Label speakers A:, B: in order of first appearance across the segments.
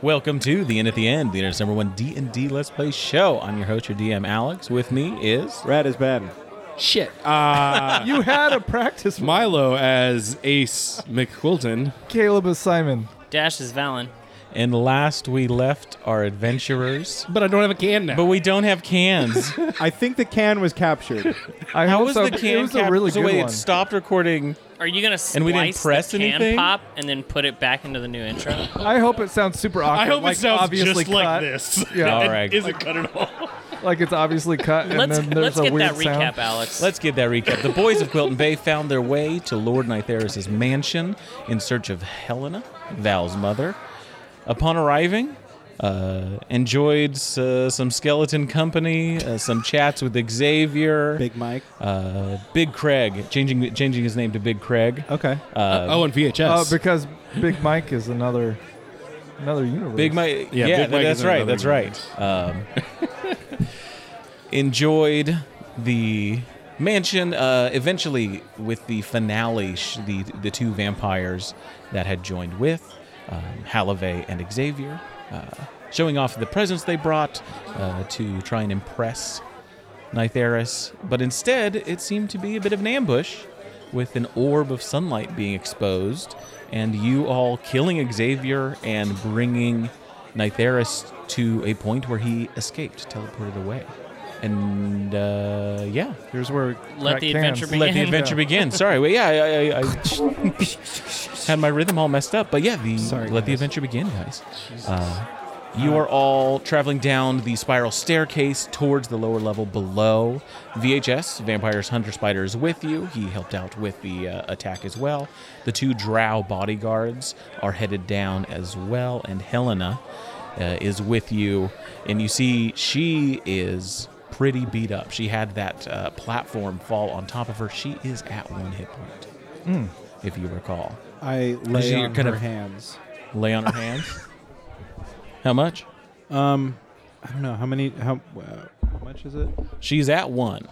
A: Welcome to the End at the End, the internet's number one D and D Let's Play show. I'm your host, your DM Alex. With me is
B: Rad is bad.
A: shit.
C: You had a practice. Milo as Ace McQuilton.
D: Caleb is Simon.
E: Dash is Valen.
A: and last we left our adventurers,
C: But I don't have a can now.
A: but we don't have cans.
B: I think the can was captured.
D: I
A: How
D: hope
A: was
D: so,
A: the
D: but
A: can
D: It was
A: cap-
D: a really
A: so
D: good
A: wait,
D: one.
A: It stopped recording.
E: Are you gonna slice
A: And we didn't press
E: the can
A: anything?
E: pop and then put it back into the new intro?
D: I hope it sounds super awkward.
C: I hope
D: like
C: it sounds
D: obviously
C: just like
D: cut.
C: this.
D: Yeah.
A: All
C: It
A: right.
C: Isn't cut at all.
D: Like it's obviously cut, and
E: let's
D: then there's
E: let's
D: a
E: get
D: weird
E: that recap,
D: sound.
E: Alex.
A: Let's give that recap. The boys of Quilton Bay found their way to Lord Nytheris' mansion in search of Helena, Val's mother. Upon arriving, uh, enjoyed uh, some skeleton company, uh, some chats with Xavier,
B: Big Mike.
A: uh, Big Craig, changing changing his name to Big Craig.
B: Okay.
C: oh, and
D: Uh,
C: VHS.
D: because Big Mike is another another universe.
A: Big Mike. Yeah,
C: Yeah, Big Mike
A: that's
C: is
A: right.
C: another
A: That's
C: one.
A: right. Um, enjoyed the mansion. Uh, eventually, with the finale, sh- the the two vampires that had joined with um, Halliway and Xavier, uh, showing off the presents they brought uh, to try and impress Nytheris. But instead, it seemed to be a bit of an ambush, with an orb of sunlight being exposed, and you all killing Xavier and bringing Nytheris to a point where he escaped, teleported away. And uh, yeah,
D: Here's where we
E: Let
D: crack
E: the
D: cans.
E: adventure
A: let the
E: Yeah.
A: adventure begin. Sorry, well, yeah, I, I, I had my rhythm all messed up, but yeah, the
B: Sorry,
A: let the
B: guys.
A: adventure begin, guys. Uh, you are all traveling down the spiral staircase towards the lower level below. VHS, Vampires Hunter Spider, is with you. He helped out with the uh, attack as well. The two drow bodyguards are headed down as well, and Helena uh, is with you. And you see she is pretty beat up. She had that uh, platform fall on top of her. She is at one hit point, if you recall.
B: I
A: Is
B: lay
A: it
B: on
A: kind
B: her
A: of-
B: hands.
A: Lay on her hands. How much?
B: Um, I don't know how many. How uh, how much is it?
A: She's at one.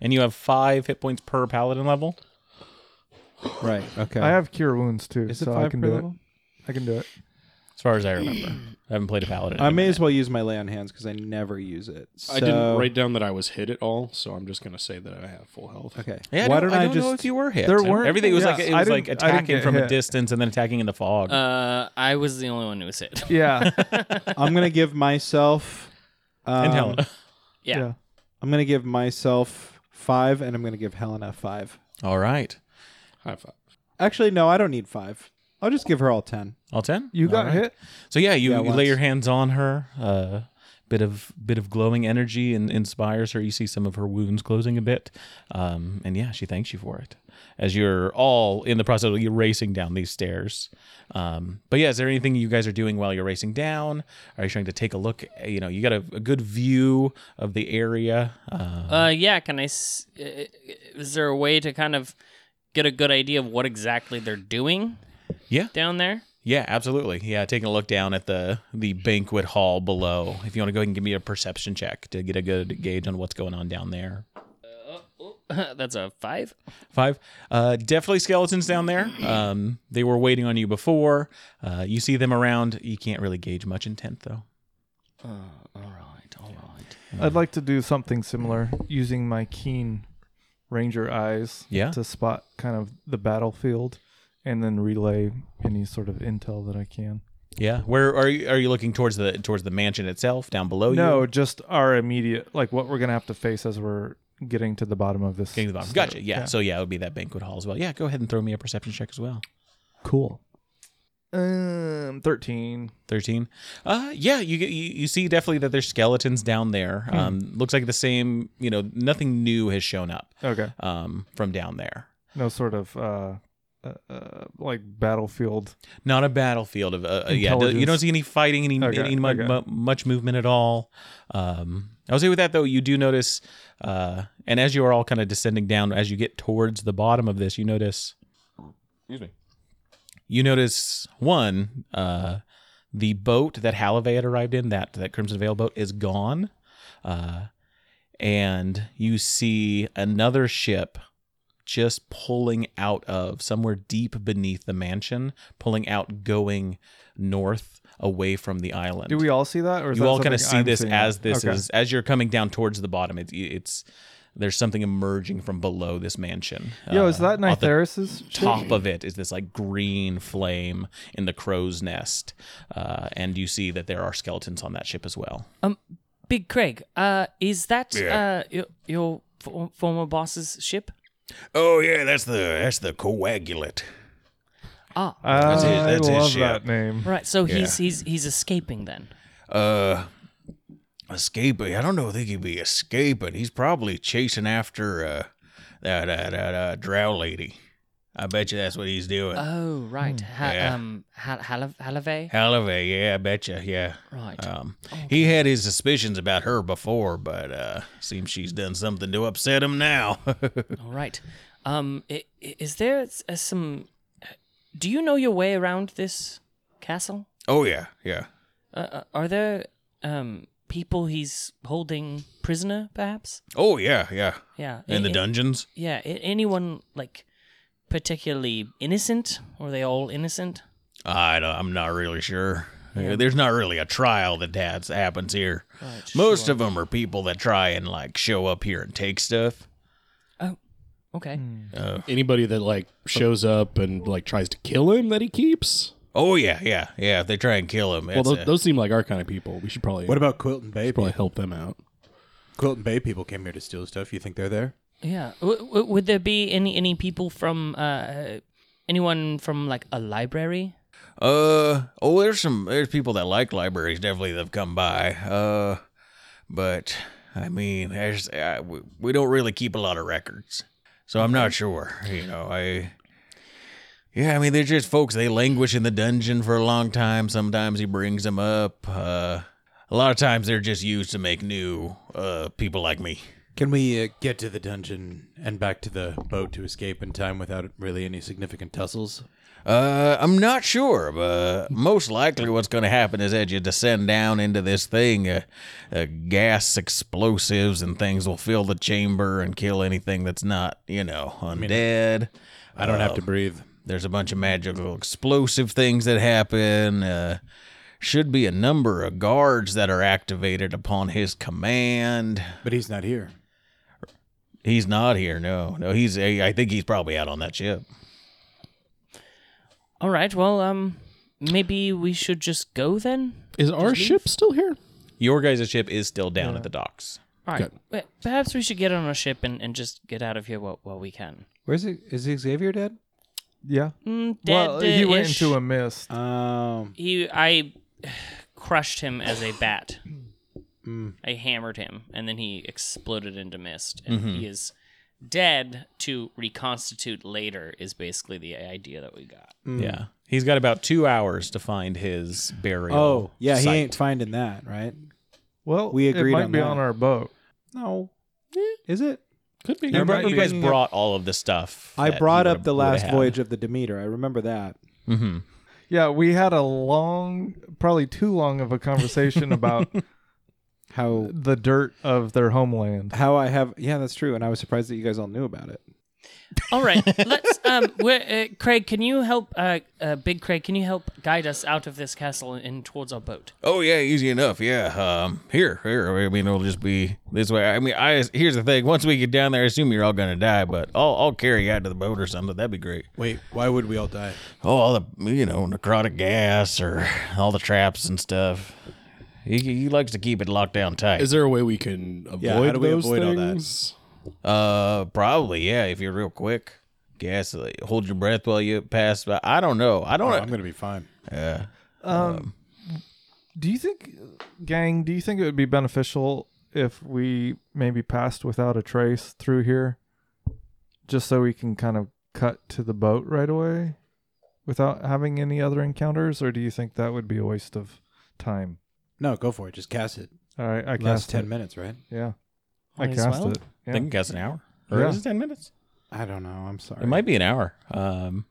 A: And you have five hit points per paladin level.
B: Right. Okay.
D: I have cure wounds too,
B: Is it
D: so I
B: five
D: can
B: per
D: do
B: level?
D: it. I can do it.
A: As far as I remember, I haven't played a paladin.
B: I may as well use my lay on hands because I never use it.
C: I didn't
B: So-
C: write down that I was hit at all, so I'm just gonna say that I have full health.
B: Okay.
A: Yeah,
B: Why
A: I don't,
B: don't I,
A: I don't
B: just?
A: know if you were hit.
D: There weren't-
A: Everything was
D: yeah,
A: like it
D: I
A: was like
D: didn't- I didn't
A: attacking
D: get
A: from a
D: hit.
A: distance and then attacking in the fog.
E: Uh, I was the only one who was hit.
D: Yeah,
B: I'm gonna give myself. Um,
A: and Helena.
E: Yeah.
D: yeah.
B: I'm gonna give myself five, and I'm gonna give Helena five.
A: All right,
C: High five.
B: Actually, no, I don't need five. I'll just give her all ten.
A: all ten.
D: You got
A: All right.
D: hit.
A: So yeah, you,
B: Yeah,
A: you lay
B: once.
A: your hands on her. Uh, bit of bit of glowing energy and inspires her. You see some of her wounds closing a bit, um, and yeah, she thanks you for it. As you're all in the process, of you're racing down these stairs. Um, but yeah, is there anything you guys are doing while you're racing down? Are you trying to take a look? You know, you got a, a good view of the area. Uh,
E: Uh, yeah. Can I? S- uh, is there a way to kind of get a good idea of what exactly they're doing
A: yeah,
E: down there?
A: Yeah, absolutely. Yeah, taking a look down at the the banquet hall below. If you want to go ahead and give me a perception check to get a good gauge on what's going on down there.
E: That's a five.
A: Five. Uh, definitely skeletons down there. Um, they were waiting on you before. Uh, you see them around. You can't really gauge much intent though.
E: All right. All right.
D: I'd like to do something similar using my keen ranger eyes
A: Yeah.
D: to spot kind of the battlefield and then relay any sort of intel that I can.
A: Yeah. Where are you? Are you looking towards the towards the mansion itself down below you?
D: No, just our immediate like what we're going to have to face as we're getting to the bottom of this.
A: Getting to the bottom.
D: stair.
A: Gotcha. Yeah. So yeah, it would be that banquet hall as well. Yeah. Go ahead and throw me a perception check as well.
D: cool. Um 13.
A: 13 uh yeah you, get- you you see definitely that there's skeletons down there um looks like the same you know nothing new has shown up
D: Okay.
A: um from down there
D: No sort of uh uh, uh, like battlefield.
F: Not a battlefield of uh, uh, yeah. th- You don't
D: Intelligence.
F: see any fighting, any,
D: Okay,
F: any mu-
D: okay.
F: mu- much movement at all. Um, I will say with that though, you do notice, uh, and as you are all kind of descending down, as you get towards the bottom of this, you notice. Excuse me. You notice one, uh, the boat that Halliway had arrived in, that that Crimson Veil boat, is gone, uh, and you see another ship just pulling out of somewhere deep beneath the mansion, pulling out, going north away from the island.
D: Do we all see that, or is
F: you
D: that
F: all kind of
D: something
F: see
D: I'm
F: this
D: seeing?
F: as this
D: Okay.
F: is as you're coming down towards the bottom. It's it's there's something emerging from below this mansion.
D: Yo, is
F: Uh,
D: that
F: off the
D: Nytheris's ship?
F: Top of it is this like green flame in the crow's nest, uh, and you see that there are skeletons on that ship as well.
E: Um, Big Craig, uh, is that
A: Yeah.
E: uh your, your for- former boss's ship?
A: Oh yeah, that's the that's the coagulate.
E: Ah,
D: I
A: his- that's his
D: love
A: ship.
D: that name.
E: right. So he's he's he's escaping then.
A: Uh, escaping. I don't know. I think he'd be escaping. He's probably chasing after uh that that that uh, drow lady. I bet you that's what he's doing.
E: Oh, right. Ha-
A: Yeah.
E: Um, Hal- Hal- Halave.
A: Hell of a yeah, I bet you, yeah.
E: Right.
A: Um, he had his suspicions about her before, but uh, seems she's done something to upset him now.
E: All right. Um, i- i- is there s- uh, some? Do you know your way around this castle?
A: oh yeah, yeah.
E: Uh, uh, are there um people he's holding prisoner, perhaps?
A: Oh yeah, yeah.
E: Yeah.
A: In the
E: I-
A: dungeons.
E: Yeah, a- anyone like particularly innocent? Or are they all innocent?
A: I don't, I'm not really sure. Uh, There's not really a trial that that's, happens here.
E: Right,
A: Most of 'em of them are people that try and like show up here and take stuff.
E: Okay.
A: Hmm.
C: Anybody that like shows up and like tries to kill him that he keeps.
A: Oh yeah, yeah, yeah. If they try and kill him,
C: Well,
A: it's
C: those,
A: a-
C: those seem like our kind of people. We should probably
G: What about Quilton Bay?
C: probably
G: People?
C: help them out.
G: Quilton Bay people came here to steal stuff. You think they're there?
E: Yeah. W- w- would there be any any people from uh anyone from like a library?
A: Uh oh, there's some there's people that like libraries definitely that've come by. Uh, but I mean, there's I, we, we don't really keep a lot of records, so I'm not sure. You know, I yeah, I mean, they're just folks. They languish in the dungeon for a long time. Sometimes he brings them up. Uh, a lot of times they're just used to make new uh people like me.
G: Can we uh, get to the dungeon and back to the boat to escape in time without really any significant tussles?
A: Uh, I'm not sure, but most likely what's going to happen is as you descend down into this thing, uh, uh, gas explosives and things will fill the chamber and kill anything that's not, you know, undead.
G: I don't
B: Uh,
G: have to breathe.
A: There's a bunch of magical explosive things that happen. Uh, should be a number of guards that are activated upon his command.
G: But he's not here.
A: He's not here. No, no, he's. I I think he's probably out on that ship.
E: All right. Well, um maybe we should just go then?
C: Is our ship still here?
F: Your guys' ship is still down at the docks.
E: All right. Wait, Perhaps we should get on a ship and, and just get out of here while, while we can.
B: Where's it? Is Xavier dead?
D: Yeah.
E: Mm,
D: well, he went
E: dead-ish.
D: into a mist.
B: Um,
E: He, I crushed him as a bat.
D: Mm.
E: I hammered him, and then he exploded into mist, and
D: Mm-hmm.
E: he is dead. To reconstitute later is basically the idea that we got.
F: Yeah, he's got about two hours to find his burial.
B: oh, yeah, he
F: site.
B: ain't finding that, right?
D: Well,
B: We
D: it
B: agreed
D: might
B: on
D: be
B: that.
D: on our boat.
B: No. Is it?
C: Could be.
F: You, brought-
D: might
F: you
D: be-
F: guys brought all of the stuff.
B: I brought up the last voyage of the Demeter. I remember that.
F: Mm-hmm.
D: Yeah, we had a long, probably too long of a conversation about
B: How
D: the dirt of their homeland.
B: how I have yeah, that's true. And I was surprised that you guys all knew about it.
E: All right, let's. Um, we're, uh, Craig, can you help? Uh, uh, Big Craig, can you help guide us out of this castle and, and towards our boat?
A: Oh yeah, easy enough. Yeah. Um. Here, here. I mean, it'll just be this way. I mean, I here's the thing. Once we get down there, I assume you're all gonna die, but I'll I'll carry you out to the boat or something. That'd be great.
G: Wait, why would we all die?
A: Oh, all the you know necrotic gas or all the traps and stuff. He, he likes to keep it locked down tight.
C: Is there a way we can avoid
G: Yeah, how do we
C: those
G: avoid all that?
C: things?
A: Uh, probably yeah. If you're real quick, gas. Like, hold your breath while you pass. by. I don't know. I
G: Oh,
A: don't.
G: I'm gonna be fine.
A: yeah.
D: Um, do you think, gang? Do you think it would be beneficial if we maybe passed without a trace through here, just so we can kind of cut to the boat right away without having any other encounters, or do you think that would be a waste of time?
H: No, go for it. Just cast it.
D: All right, I
H: Last
D: cast
H: ten
D: it.
H: minutes, right?
D: Yeah,
E: Might
D: I
E: as
D: cast
E: well.
D: it.
A: I
D: Yeah.
A: think guess an hour. Or
D: Yeah.
A: is it ten minutes?
H: I don't know. I'm sorry.
A: It might be an hour. Um,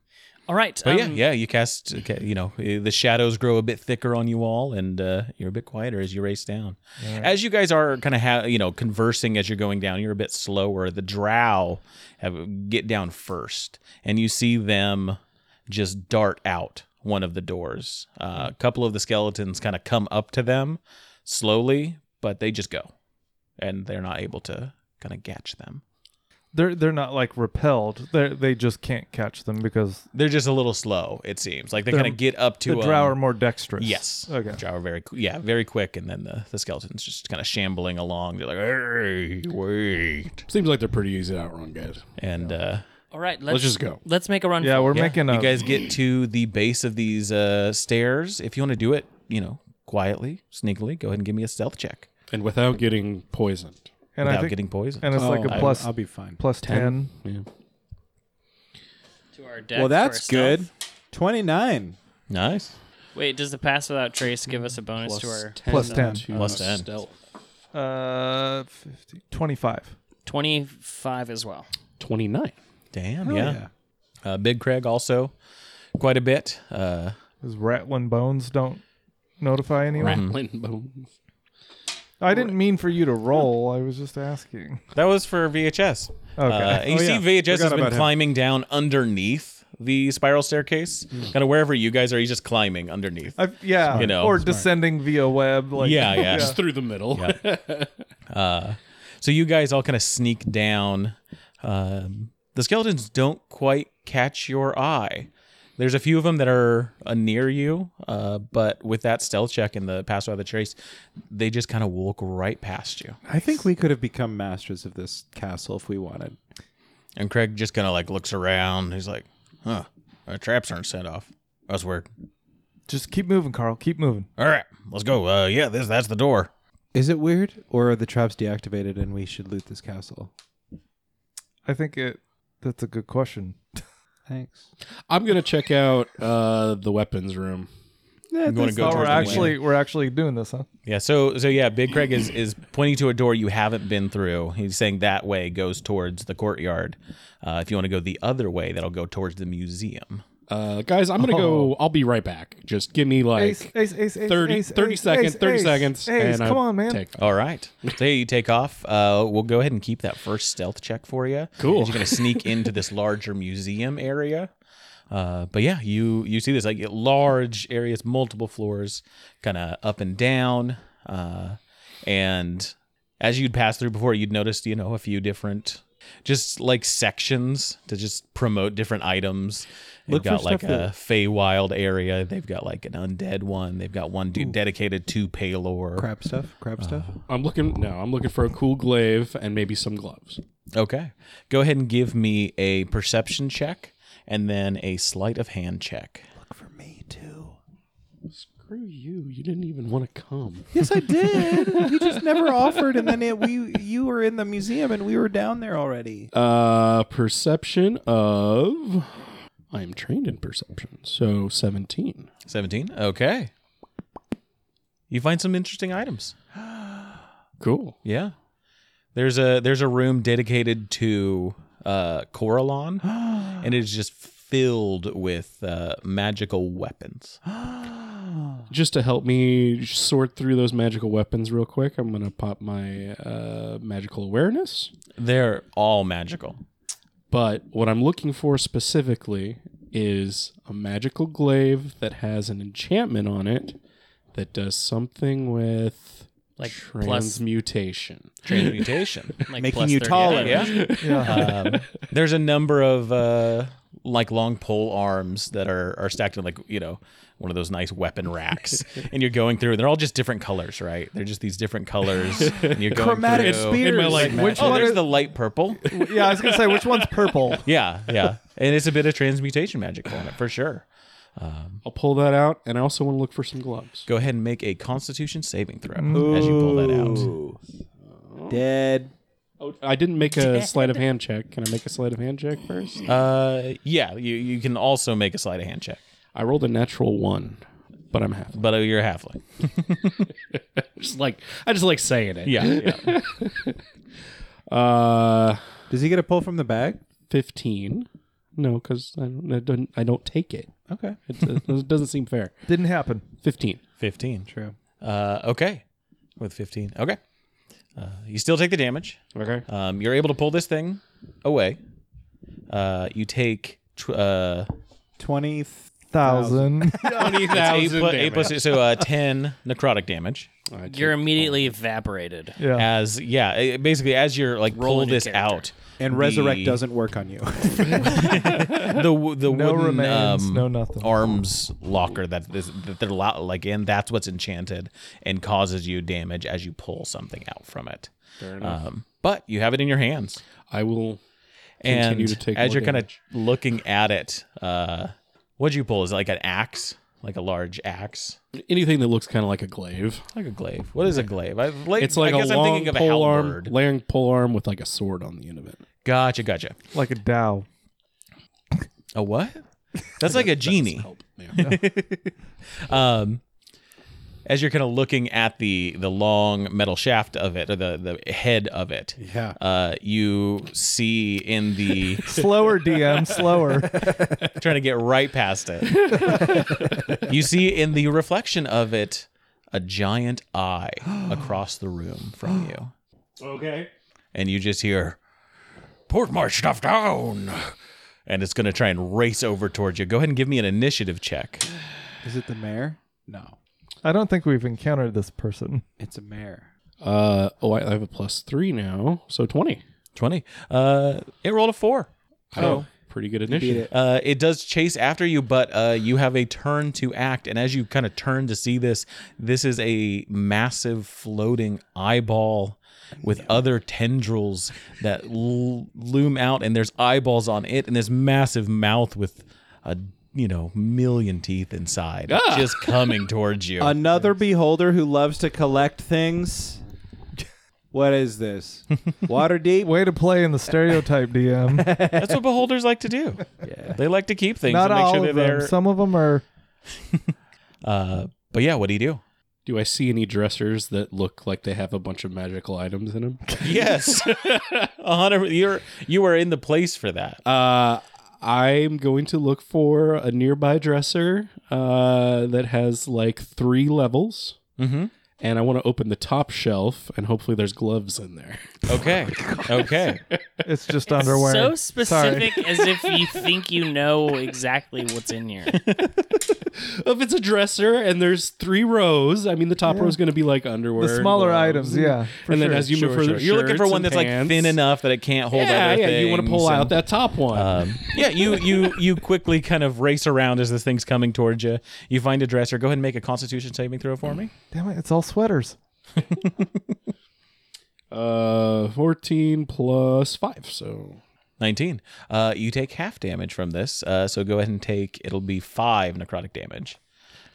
E: All right.
D: Oh,
A: but
E: um,
A: yeah, yeah, you cast. okay, You know, eh, the shadows grow a bit thicker on you all, and uh, you're a bit quieter as you race down. As you guys are kind of ha- you know conversing as you're going down, you're a bit slower. The Drow have get down first, and you see them just dart out one of the doors. Uh, a couple of the skeletons kind of come up to them slowly, but they just go, and they're not able to kind of catch them.
D: They're they're not like repelled. They they just can't catch them because
A: They're just a little slow. It seems like they
D: They're-
A: kind of get up to
D: the
A: a-
D: drow are more dexterous.
A: Yes.
D: Okay.
A: Drow are very qu- yeah very quick, and then the, the skeletons just kind of shambling along. They're like, hey, wait,
C: Seems like they're pretty easy to outrun, guys.
A: and uh,
E: All right. Let's,
C: Let's just go.
E: Let's make a run.
D: Yeah,
E: for
D: we're
A: yeah,
D: making a
A: you guys get to the base of these uh, stairs. If you want to do it, you know, quietly, sneakily, go ahead and give me a stealth check
C: And without getting poisoned.
D: and I
A: without
D: think,
A: getting poisoned.
D: and it's like
C: Oh,
D: a
C: I-
D: plus
H: I'll be fine.
D: plus ten.
E: it to our deck
H: Well,
E: for
H: that's
E: stealth.
H: good. Twenty nine.
A: nice.
E: Wait, does the pass without trace give us a bonus to our
D: Plus 10.
A: Plus
C: Uh,
A: 10.
D: Uh, 50, 25.
E: twenty-five as well?
C: Twenty nine.
A: Damn. yeah. Uh, Big Craig also quite a bit. Uh,
D: Is rattling bones don't notify anyone? I didn't mean for you to roll. I was just asking.
A: That was for VHS.
D: Okay. Oh,
A: Uh, and you see,
H: yeah.
A: VHS has
H: Forgot
A: been
H: about him.
A: climbing down underneath the spiral staircase,
D: Mm.
A: kind of wherever you guys are. He's just climbing underneath.
D: I've, yeah,
A: You know.
D: or descending via web. Like
A: yeah, yeah.
C: Just through the middle.
A: So you guys all kind of sneak down. Um, the skeletons don't quite catch your eye. There's a few of them that are uh, near you, uh, but with that stealth check and the pass without the trace, they just kind of walk right past you.
B: I think
H: We could have become masters of this castle if we wanted.
A: And Craig just kind of like looks around. He's like, "Huh, our traps aren't set off. That's weird."
D: Just keep moving, Carl. Keep moving.
A: All right, let's go. Uh, yeah, this that's the door.
H: Is it weird, or are the traps deactivated and we should loot this castle?
D: I think it. That's a good question.
H: Thanks.
C: I'm gonna check out uh, the weapons room.
A: I'm going to go
D: oh, we're
A: towards the
D: actually
A: window.
D: we're actually doing this, huh?
A: Yeah. So so yeah, Big Craig is is pointing to a door you haven't been through. He's saying that way goes towards the courtyard. Uh, if you want to go the other way, that'll go towards the museum.
C: Uh, guys, I'm gonna go. I'll be right back. Just give me like
D: Oh. Ace, ace, ace, ace,
C: 30,
D: ace,
C: 30
D: ace,
C: seconds.
D: ace,
C: 30
D: ace,
C: seconds.
D: Ace,
C: and
D: come
C: I'll
D: on, man.
C: Take
A: All right. So you take off. Uh, we'll go ahead and keep that first stealth check for you.
C: Cool.
A: You're gonna sneak into this larger museum area. Uh, but yeah, you you see this like large areas, multiple floors, kind of up and down. Uh, and as you'd pass through before, you'd noticed you know a few different, just like sections to just promote different items. They've
B: Look for
A: got like
B: stuff that-
A: a Feywild area. They've got like an undead one. They've got one dude dedicated to Paylor.
H: Crab stuff. Crab stuff.
C: I'm looking. No, I'm looking for a cool glaive and maybe some gloves.
A: Okay. Go ahead and give me a perception check and then a sleight of hand check.
H: For me too.
C: Screw you! You didn't even want to come.
H: Yes, I did. you just never offered, and then it, we you were in the museum and we were down there already.
C: Uh, perception of. I am trained in perception, so 17.
A: 17. Okay. You find some interesting items.
C: Cool.
A: Yeah. There's a there's a room dedicated to uh Coralon and it is just filled with uh magical weapons.
C: Just to help me sort through those magical weapons real quick, I'm gonna pop my uh, magical awareness.
A: They're all magical.
C: But what I'm looking for specifically is a magical glaive that has an enchantment on it that does something with
E: Like plus-
C: transmutation.
A: Transmutation.
E: Like
H: Making
E: plus
H: you
E: 30.
H: taller.
E: Yeah.
A: yeah. Um, there's a number of uh, like long pole arms that are are stacked in like you know one of those nice weapon racks, and you're going through. They're all just different colors, right? They're just these different colors. And you're going
H: Chromatic
A: through.
H: spears.
A: Which oh, there's the light purple.
D: yeah, I was gonna say which one's purple.
A: Yeah, yeah, and it's a bit of transmutation magic on it for sure.
C: I'll pull that out, and I also want to look for some gloves.
A: Go ahead and make a Constitution saving throw as you pull that out.
H: Dead.
C: Oh, I didn't make a sleight of hand check. Can I make a sleight of hand check first?
A: Uh, yeah, you, you can also make a sleight of hand check,
C: I rolled a natural one, but I'm half.
A: but uh, you're a halfling.
C: Just like I just like saying it.
A: Yeah, yeah.
C: Uh,
B: Does he get a pull from the bag?
C: fifteen. No, because I don't. I don't. I don't take it.
B: Okay.
C: It, do- it doesn't seem fair.
D: Didn't happen.
C: Fifteen.
A: fifteen.
B: True.
A: Uh, okay, with fifteen. Okay, uh, you still take the damage.
C: Okay.
A: Um, you're able to pull this thing away. Uh, you take tw- uh,
B: Twenty
D: Thousand.
C: Twenty
A: eight, plu- eight plus so uh, ten necrotic damage.
E: You're immediately evaporated.
D: yeah.
A: As yeah, it- basically as you're like
E: Roll
A: pull
E: into
A: this
E: character.
A: out,
B: and
A: the-
B: resurrect doesn't work on you.
A: the wo- the
D: No
A: wooden
D: remains,
A: um,
D: no nothing.
A: arms locker that is that they're lo- like in that's what's enchanted and causes you damage as you pull something out from it. Um, but you have it in your hands,
C: I will.
A: and
C: Continue to take
A: as
C: more
A: you're kind of
C: damage.
A: looking at it, uh, what'd you pull? Is it like an axe, like a large axe,
C: Anything that looks kind of like a glaive.
A: like a glaive? What is a glaive? I, like,
C: It's like
A: I
C: a
A: guess I'm
C: long
A: thinking of a
C: pole arm,
A: halberd.
C: long pole arm with like a sword on the end of it.
A: Gotcha, gotcha.
D: like a Dow.
A: A what? That's like a genie. um, as you're kind of looking at the the long metal shaft of it or the the head of it,
H: Yeah.
A: uh, you see in the
D: Slower DM, slower.
A: trying to get right past it. you see in the reflection of it a giant eye across the room from you. Okay. And you just hear, "Put my stuff down," and it's going to try and race over towards you. Go ahead and give me an initiative check.
B: Is it the mayor?
H: No.
D: I don't think we've encountered this person.
B: It's a mayor.
C: Uh oh, I I have a plus three now, so twenty.
A: 20. Uh, it rolled a four.
C: Oh, pretty good initiative.
B: it.
A: Uh, it does chase after you, but uh, you have a turn to act. And as you kind of turn to see this, this is a massive floating eyeball with other tendrils that l- loom out, and there's eyeballs on it, and this massive mouth with a you know million teeth inside,
D: Ah.
A: just coming towards you.
B: Another beholder who loves to collect things. What is this? Water deep?
D: Way to play in the stereotype DM.
A: That's what beholders like to do. They like to keep things
D: Not
A: and make
D: all
A: sure
D: of
A: they're
D: them.
A: there.
D: Some of them are.
A: uh, but yeah, what do you do?
C: Do I see any dressers that look like they have a bunch of magical items in them?
A: Yes, a hundred. You're you are in the place for that.
C: Uh, I'm going to look for a nearby dresser uh, that has like three levels,
A: Mm-hmm.
C: and I want to open the top shelf, and hopefully there's gloves in there.
A: Okay. okay.
D: It's just underwear.
E: So
D: Sorry.
E: specific as if you think you know exactly what's in here.
C: if it's a dresser and there's three rows, I mean the top row is going to be like underwear,
D: The
C: and
D: smaller
C: gloves,
D: items,
C: and-
D: yeah. for
C: and then
D: sure.
C: as you move
D: Sure,
C: further,
D: sure.
A: You're looking for
C: shirts
A: one
C: and
A: that's like
C: pants.
A: thin enough that it can't hold
C: Yeah,
A: other
C: yeah. You want to
A: things
C: pull out
A: and-
C: that top one.
A: Um, yeah, you you you quickly kind of race around as this thing's coming towards you. You find a dresser. Go ahead and make a Constitution saving throw for me.
D: Damn it, it's all sweaters.
C: Uh, 14 plus 5, so
A: Nineteen. Uh, you take half damage from this. Uh, so go ahead and take. It'll be five necrotic damage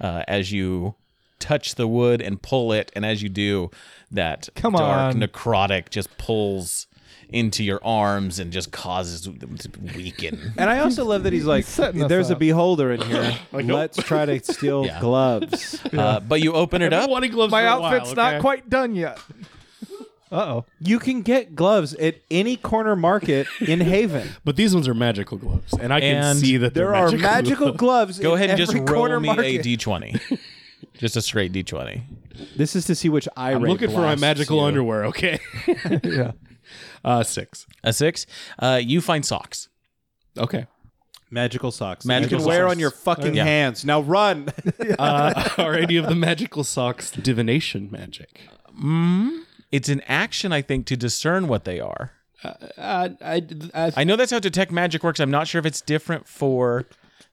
A: uh, as you touch the wood and pull it. And as you do, that
D: Come
A: dark
D: on.
A: necrotic just pulls into your arms and just causes them to weaken.
B: And I also love that he's like,
D: setting us
B: there's a
D: up."
B: beholder in here. Let's try to steal
A: Yeah.
B: gloves.
A: Uh, but you open it up.
C: wanting gloves
D: My
C: for a
D: outfit's
C: while,
D: not
C: okay?
D: quite done yet. Uh oh.
B: You can get gloves at any corner market in Haven.
C: But these ones are magical gloves, and I can
A: And
C: see that they're
B: There are magical
C: gloves.
B: gloves.
A: Go
B: in
A: ahead and just
B: every
A: roll
B: corner
A: me a
B: market.
A: d20. just a straight d20.
B: This is to see which eye.
C: I'm
B: ray
C: looking for my
B: blasts
C: magical
B: you.
C: underwear, okay?
D: Yeah.
C: Uh, six.
A: A six. Uh, you find socks.
C: Okay.
H: Magical socks.
B: You
A: Magical
B: can wear
A: socks.
B: on your fucking
A: Yeah.
B: hands. Now run.
C: Uh, are any of the magical socks divination magic?
A: It's an action, I think, to discern what they are.
C: Uh, I, I,
A: I know that's how detect magic works. I'm not sure if it's different for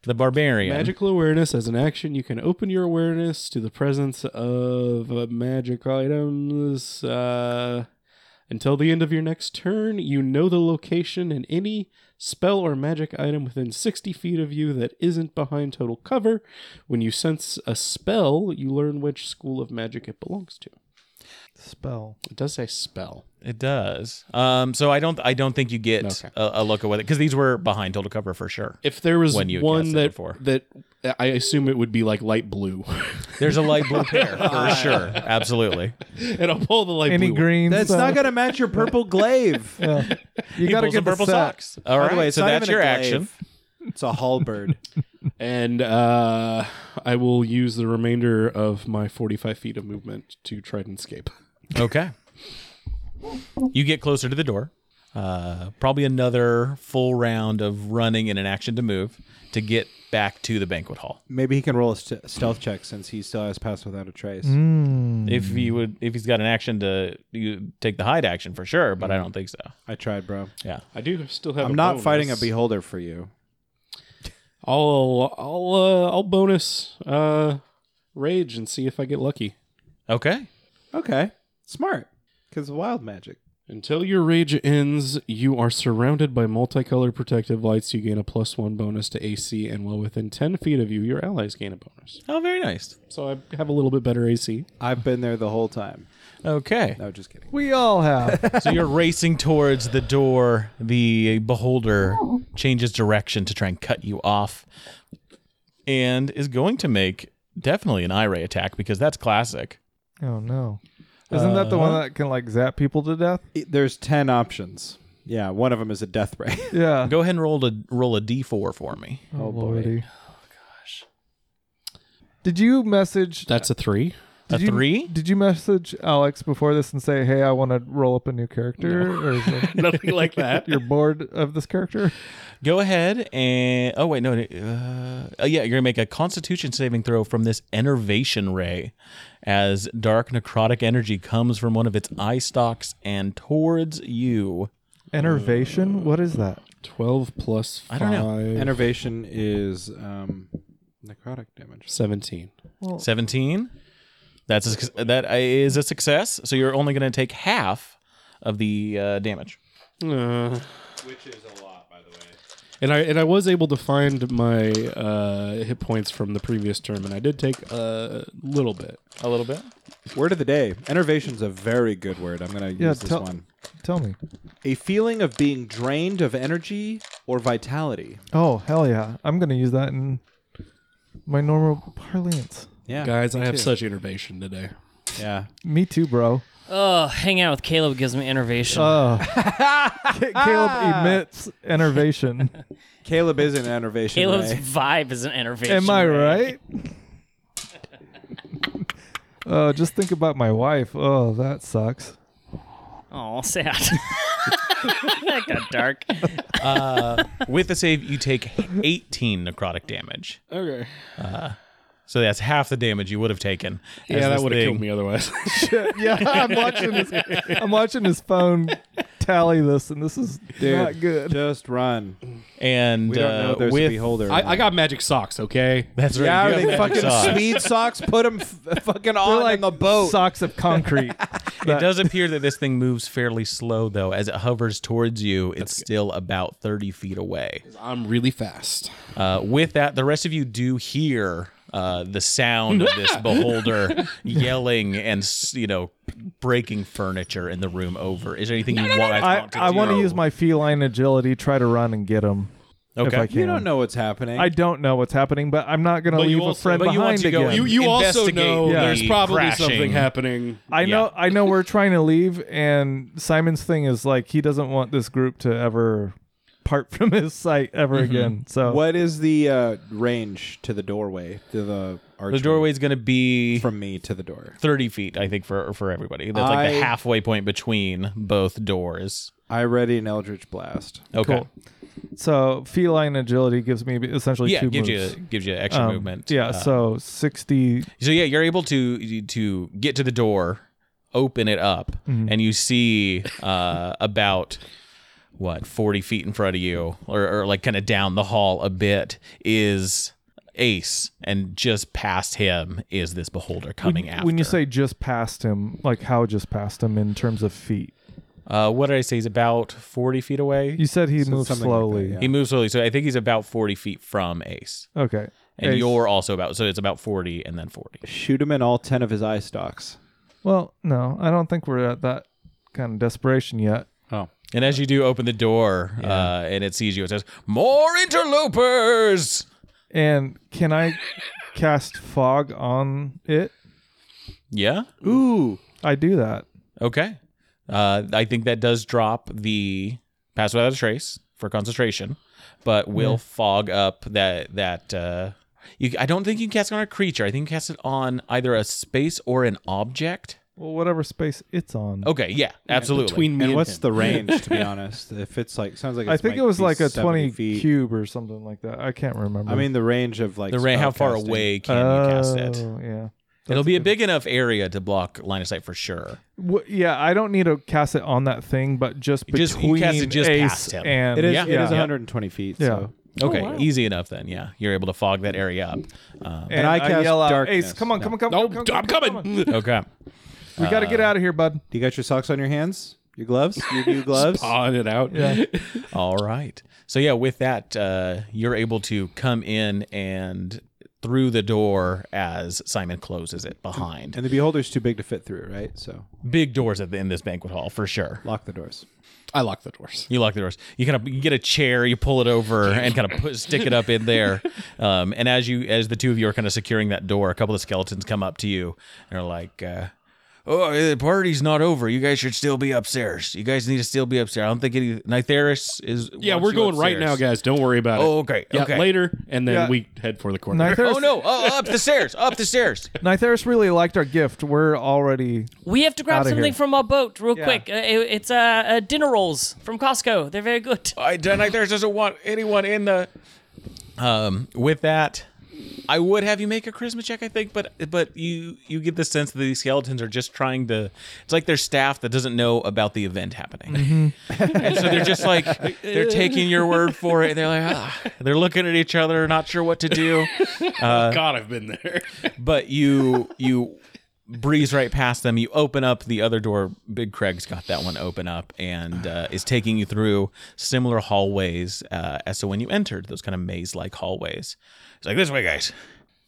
A: the barbarian.
C: magical awareness as an action, you can open your awareness to the presence of uh, magic items. Uh, until the end of your next turn, you know the location and any spell or magic item within 60 feet of you that isn't behind total cover. When you sense a spell, you learn which school of magic it belongs to.
D: Spell.
C: It does say spell.
A: It does. Um, so I don't. I don't think you get
C: Okay.
A: a, a look at whether because these were behind total cover for sure.
C: If there was
A: When you
C: one
A: cast it
C: that
A: before.
C: that I assume it would be like light blue,
A: There's a light blue pair for sure. Absolutely.
C: and I'll pull the light
D: Any
C: blue.
D: green?
B: That's
D: stuff?
B: not going to match your purple glaive.
D: Yeah.
A: He
D: You got to
A: pulls
D: get
A: the purple
D: sack.
A: socks. All
B: By
A: right.
B: the way, it's
A: so
B: not
A: that's
B: even
A: your
B: a
A: action.
B: glaive. It's a halberd.
C: And uh, I will use the remainder of my 45 feet of movement to try and escape.
A: Okay. You get closer to the door. Uh, probably another full round of running and an action to move to get back to the banquet hall.
B: Maybe he can roll a st- stealth check since he still has pass without a trace.
A: If he would, if he's got an action to you take the hide action for sure, but I don't think so.
B: I tried, bro.
A: Yeah.
C: I do still have.
B: I'm
C: a
B: not
C: bonus.
B: fighting a beholder for you.
C: I'll I'll uh, I'll bonus uh, rage and see if I get lucky.
A: Okay.
B: Okay, smart. Because wild magic.
C: Until your rage ends, you are surrounded by multicolored protective lights. You gain a plus one bonus to AC, and while within 10 feet of you, your allies gain a bonus.
A: Oh, very nice.
C: So I have a little bit better AC.
B: I've been there the whole time.
A: Okay.
B: No, just kidding.
D: We all have.
A: So you're racing towards the door. The beholder changes direction to try and cut you off and is going to make definitely an eye ray attack because that's classic.
D: oh no. Uh, Isn't that the one that can like zap people to death?
B: It- There's ten options. Yeah, one of them is a death ray.
D: Yeah.
A: Go ahead and roll a roll a d4 for me.
D: Oh, lordy. gosh. Did you message
C: That's a three.
A: A
D: did you-
A: 3?
D: Did you message Alex before this and say, "Hey, I want to roll up a new character"? Or is it,
C: Nothing like that.
D: you're bored of this character?
A: Go ahead and oh wait, no. Uh, oh yeah, you're going to make a constitution saving throw from this enervation ray as dark necrotic energy comes from one of its eye stalks and towards you.
D: Enervation. what is that?
C: 12 plus
A: I
C: 5.
A: don't know.
B: Enervation is um, necrotic damage.
C: 17.
A: 17 that's a, suc- that is a success so you're only going to take half of the uh, damage
C: Which is a lot, by the way. And I and I was able to find my uh, hit points from the previous term, and I did take a little bit.
A: a little bit
B: Word of the day. Enervation's a very good word. I'm gonna
D: Yeah,
B: use this
D: tell-
B: one.
D: Tell me.
B: A feeling of being drained of energy or vitality.
D: Oh hell yeah! I'm gonna use that in my normal parlance.
B: Yeah,
C: Guys,
B: me
C: I have
B: too.
C: such innervation today.
B: Yeah,
D: Me too, bro.
E: Oh, hang out with Caleb gives me enervation.
D: Uh, Caleb emits enervation.
B: Caleb is an enervation.
E: Caleb's
B: ray.
E: vibe is an enervation.
D: Am I
E: ray.
D: right? uh, just think about my wife. Oh, that sucks.
E: Oh, sad. that got dark.
A: with the save you take 18 necrotic damage Uh,
C: Okay.
A: so that's half the damage you would have taken as
C: Yeah, that
A: this
C: would have
A: thing-
C: killed me otherwise.
D: yeah, I'm watching his. I'm watching his phone tally this, and this is not good.
B: Just run.
A: and
B: We don't know
A: uh,
B: if there's
A: with
B: a beholder. or
C: I,
B: not.
C: I got magic socks, okay?
A: that's right
B: Yeah,
A: you
B: are
A: have
B: they
A: magic
B: fucking
A: sauce.
B: speed socks? Put them f- fucking on in the boat.
D: Socks of concrete.
A: it does appear that this thing moves fairly slow though as it hovers towards you it's still about 30 feet away
C: I'm really fast.
A: Uh, with that, the rest of you do hear uh, the sound of this beholder yelling and s- you know breaking furniture in the room over. Is there anything you want,
D: I,
A: want to
D: I want to
A: do?
D: use my feline agility, try to run and get him
A: Okay.
D: if I can.
B: You don't know what's happening.
D: I don't know what's happening, but I'm not gonna
C: But you
D: leave a
C: also-
D: friend
A: but you want
D: behind
A: to go.
D: again.
C: You you also
A: Investigate
C: know
A: the
C: there's probably
A: crashing.
C: something happening.
D: I
A: Yeah.
D: know I know we're trying to leave and Simon's thing is like he doesn't want this group to ever part from his sight ever
A: Mm-hmm.
D: again. So
B: What is the uh, range to the doorway to the archway?
A: The doorway's going to be
B: from me to the door.
A: thirty feet, I think, for for everybody. That's like the
B: I-
A: halfway point between both doors.
B: I ready an eldritch blast.
A: Okay.
D: Cool. So feline agility gives me essentially
A: Yeah,
D: two
A: gives
D: moves.
A: you gives you extra
D: Um,
A: movement.
D: Yeah,
A: Uh,
D: so 60
A: So yeah, you're able to to get to the door, open it up,
D: Mm-hmm.
A: and you see uh, about what forty feet in front of you, or, or like kind of down the hall a bit, is Ace, and just past him is this beholder coming
D: when,
A: after.
D: when you say just past him, like how just past him in terms of feet.
A: uh, what did I say? He's about forty feet away.
D: You said he moves
B: something like that,
D: slowly.
B: yeah.
A: he moves slowly, so I think he's about forty feet from Ace,
D: Okay.
A: and
D: Ace-
A: you're also about. So it's about forty and then forty.
B: Shoot him in all ten of his eye stalks.
D: Well, no, I don't think we're at that kind of desperation yet.
C: Oh,
A: And as you do open the door, uh, and it sees you, it says, "More interlopers."
D: And can I cast fog on it?
A: Yeah.
B: Ooh,
D: I do that.
A: Okay. Uh, I think that does drop the pass without a trace for concentration, but will fog up that that. Uh, you, I don't think you can cast it on a creature. I think you can cast it on either a space or an object.
D: Well, whatever space it's on.
A: Okay. Yeah. Absolutely.
C: Between me
B: and
C: and
B: what's
C: him.
B: the range? To be honest, if it's like sounds like
D: I
B: it's
D: think
B: might
D: it was
B: be
D: like a
B: 70
D: 20
B: feet.
D: cube or something like that. I can't remember.
B: I mean, the range of like
A: the rain, how far
B: spellcasting.
A: away can you cast
D: oh,
A: it?
D: yeah.
A: It'll be a big enough area to block line of sight for sure.
D: W- yeah, I don't need to cast it on that thing, but just
A: You just-
D: between
A: you cast it just
D: Ace
A: past him.
D: and
B: It is.
A: Yeah.
B: it is 120 feet.
D: Yeah.
B: So.
A: Okay, easy enough then. Yeah, you're able to fog that area up. Um,
D: And
B: I
D: I,
B: cast
D: yell out,
B: darkness.
D: Ace, come on, come on, come on. come on, come on, come on.
A: okay.
D: We got to get out of here, bud.
B: Do you got your socks on your hands? Your gloves? Your new gloves?
C: Pawing it out.
D: Yeah.
A: All right. So yeah, with that, uh, you're able to come in and through the door as Simon closes it behind.
B: And the beholder's too big to fit through, right? So
A: Big doors at the, in this banquet hall for sure.
B: lock the doors.
C: I lock the doors.
A: You lock the doors. You kind of you get a chair, you pull it over, and kind of put, stick it up in there. Um, and as you as the two of you are kind of securing that door, a couple of skeletons come up to you and are like, uh, "Oh, the party's not over. You guys should still be upstairs. You guys need to still be upstairs. I don't think any Nytheris is.
C: Yeah,
A: wants
C: we're
A: you
C: going right now,
A: upstairs."
C: guys. Don't worry about it.
A: Oh, okay,
C: Yeah,
A: okay.
C: later, and then
D: Yeah.
C: we head for the corner.
D: Nytheris,
A: Oh no! Oh, up the stairs! Up the stairs!
D: Nytheris really liked our gift. We're already.
E: We have to grab
D: Outta
E: something
D: here.
E: from our boat real quick. Uh, it- it's uh, uh, dinner rolls from Costco. They're very good.
A: I Nytheris doesn't want anyone in the. Um, with that, I would have you make a charisma check, I think, but but you you get the sense that these skeletons are just trying to. It's like their staff that doesn't know about the event happening, and so they're just like they're taking your word for it. They're like ah. they're looking at each other, not sure what to do.
C: God, I've been there.
A: but you you breeze right past them you open up the other door big craig's got that one open up and uh, is taking you through similar hallways uh, as to when you entered those kind of maze-like hallways it's like this way guys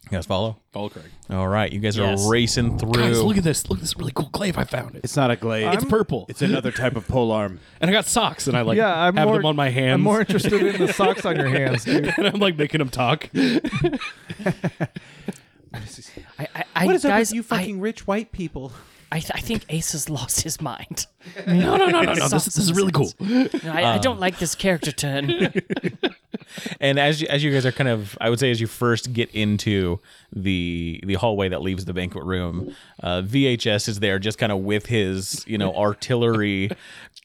A: you guys follow
C: Follow Craig.
A: all right you guys
E: Yes.
A: are racing through
C: Guys, look at this. Look at this really cool glaive I found. It's,
B: It's not a glade.
C: it's purple.
H: It's another type of pole arm.
C: and I got socks, and I like
D: Yeah, I'm
C: have
D: more,
C: them on my hands.
D: I'm more interested in the socks on your hands, dude.
C: and I'm like making them talk.
E: I, I, I,
B: what is up
E: guys,
B: with you fucking rich white people?
E: I, I, I think Ace has lost his mind.
C: no, no, no, no, no. This,
E: Socks
C: this is really cool.
E: No, I, I don't like this character turn.
A: and as you, as you guys are kind of, I would say, as you first get into the the hallway that leaves the banquet room, uh, VHS is there, just kind of with his you know artillery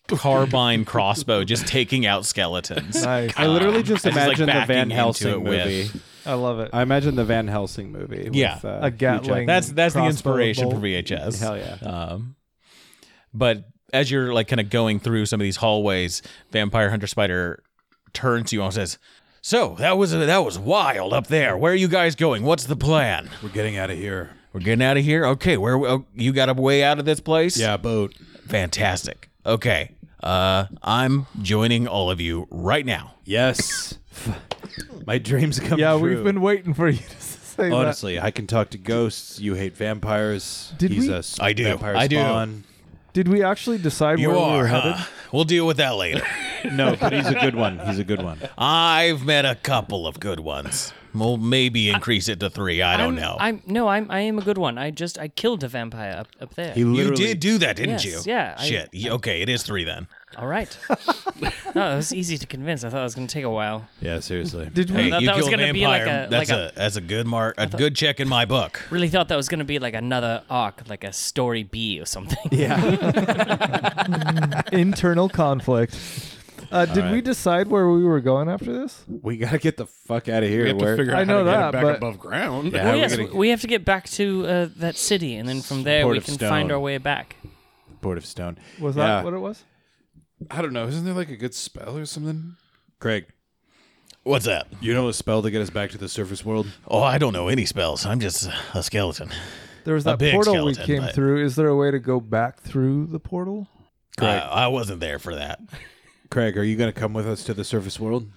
A: carbine crossbow, just taking out skeletons.
D: Nice.
B: I literally just
A: it's Um, like
B: imagine the
A: backing
B: Van
A: into it
B: Helsing
A: with-
B: movie.
D: I love it.
B: I imagine the Van Helsing movie.
A: Yeah,
B: with, uh,
D: a
B: Hugh
D: Gatling.
A: That's that's the
D: crossbow
A: inspiration
D: bolt.
A: for VHS.
B: Hell yeah.
A: Um, but as you're like kind of going through some of these hallways, Vampire Hunter Spider turns to you and says, "So that was that was wild up there. Where are you guys going? What's the plan?
H: We're getting out of here.
A: We're getting out of here. Okay, where oh, you got a way out of this place?
H: Yeah, boat.
A: fantastic. Okay, uh, I'm joining all of you right now.
H: Yes. My dreams come
D: Yeah,
H: true.
D: we've been waiting for you to say
A: Oh,
D: that.
H: Honestly, I can talk to ghosts. You hate vampires.
D: Did
H: He's
D: we-
H: a s-
A: I do.
H: Vampire
A: I do.
H: spawn.
D: Did we actually decide
A: You
D: where we
A: are.
D: were
A: huh?
D: headed?
A: Uh, We'll deal with that later.
H: No, but he's a good one. He's a good one.
A: I've met a couple of good ones. We'll maybe increase it to three. I don't
E: I'm-
A: know.
E: I'm no, I'm I am a good one. I just I killed a vampire up, up there.
H: He
A: you
H: literally
A: did do that, didn't
E: Yes,
A: you?
E: yeah, I-
A: Shit. Y- okay, it is three then.
E: All right. no, it was easy to convince. I thought it was going to take a while.
H: Yeah, seriously.
D: Did we?
A: Hey,
E: thought
A: you
E: that was
A: killed a
E: gonna be like
A: vampire.
E: a-
A: that's
E: like
A: a, that's a good mark. A good check in my book.
E: Really thought that was going to be like another arc, like a story B or something.
D: internal conflict. Uh, did we decide where we were going after this?
H: We gotta get the fuck out of here.
C: We have
H: Where-
C: to figure out
D: I
C: how
D: know
C: to get
D: that,
C: it back
D: but-
C: above ground.
H: Yeah,
E: Well,
H: we're
E: yes,
H: gonna-
E: we have to get back to uh, that city, and then from there
H: Port
E: we
H: of
E: can find
H: Stone.
E: our way back.
H: Port of Stone.
D: Was
H: Yeah.
D: that what it was?
I: I don't know. Isn't there like a good spell or something?
H: Craig,
A: What's that?
H: you know a spell to get us back to the surface world?
A: Oh, I don't know any spells. I'm just a skeleton.
D: There was that
A: big
D: portal we
A: skeleton,
D: came
A: but-
D: through. Is there a way to go back through the portal?
A: I, I wasn't there for that.
H: Craig, are you gonna come with us to the surface world?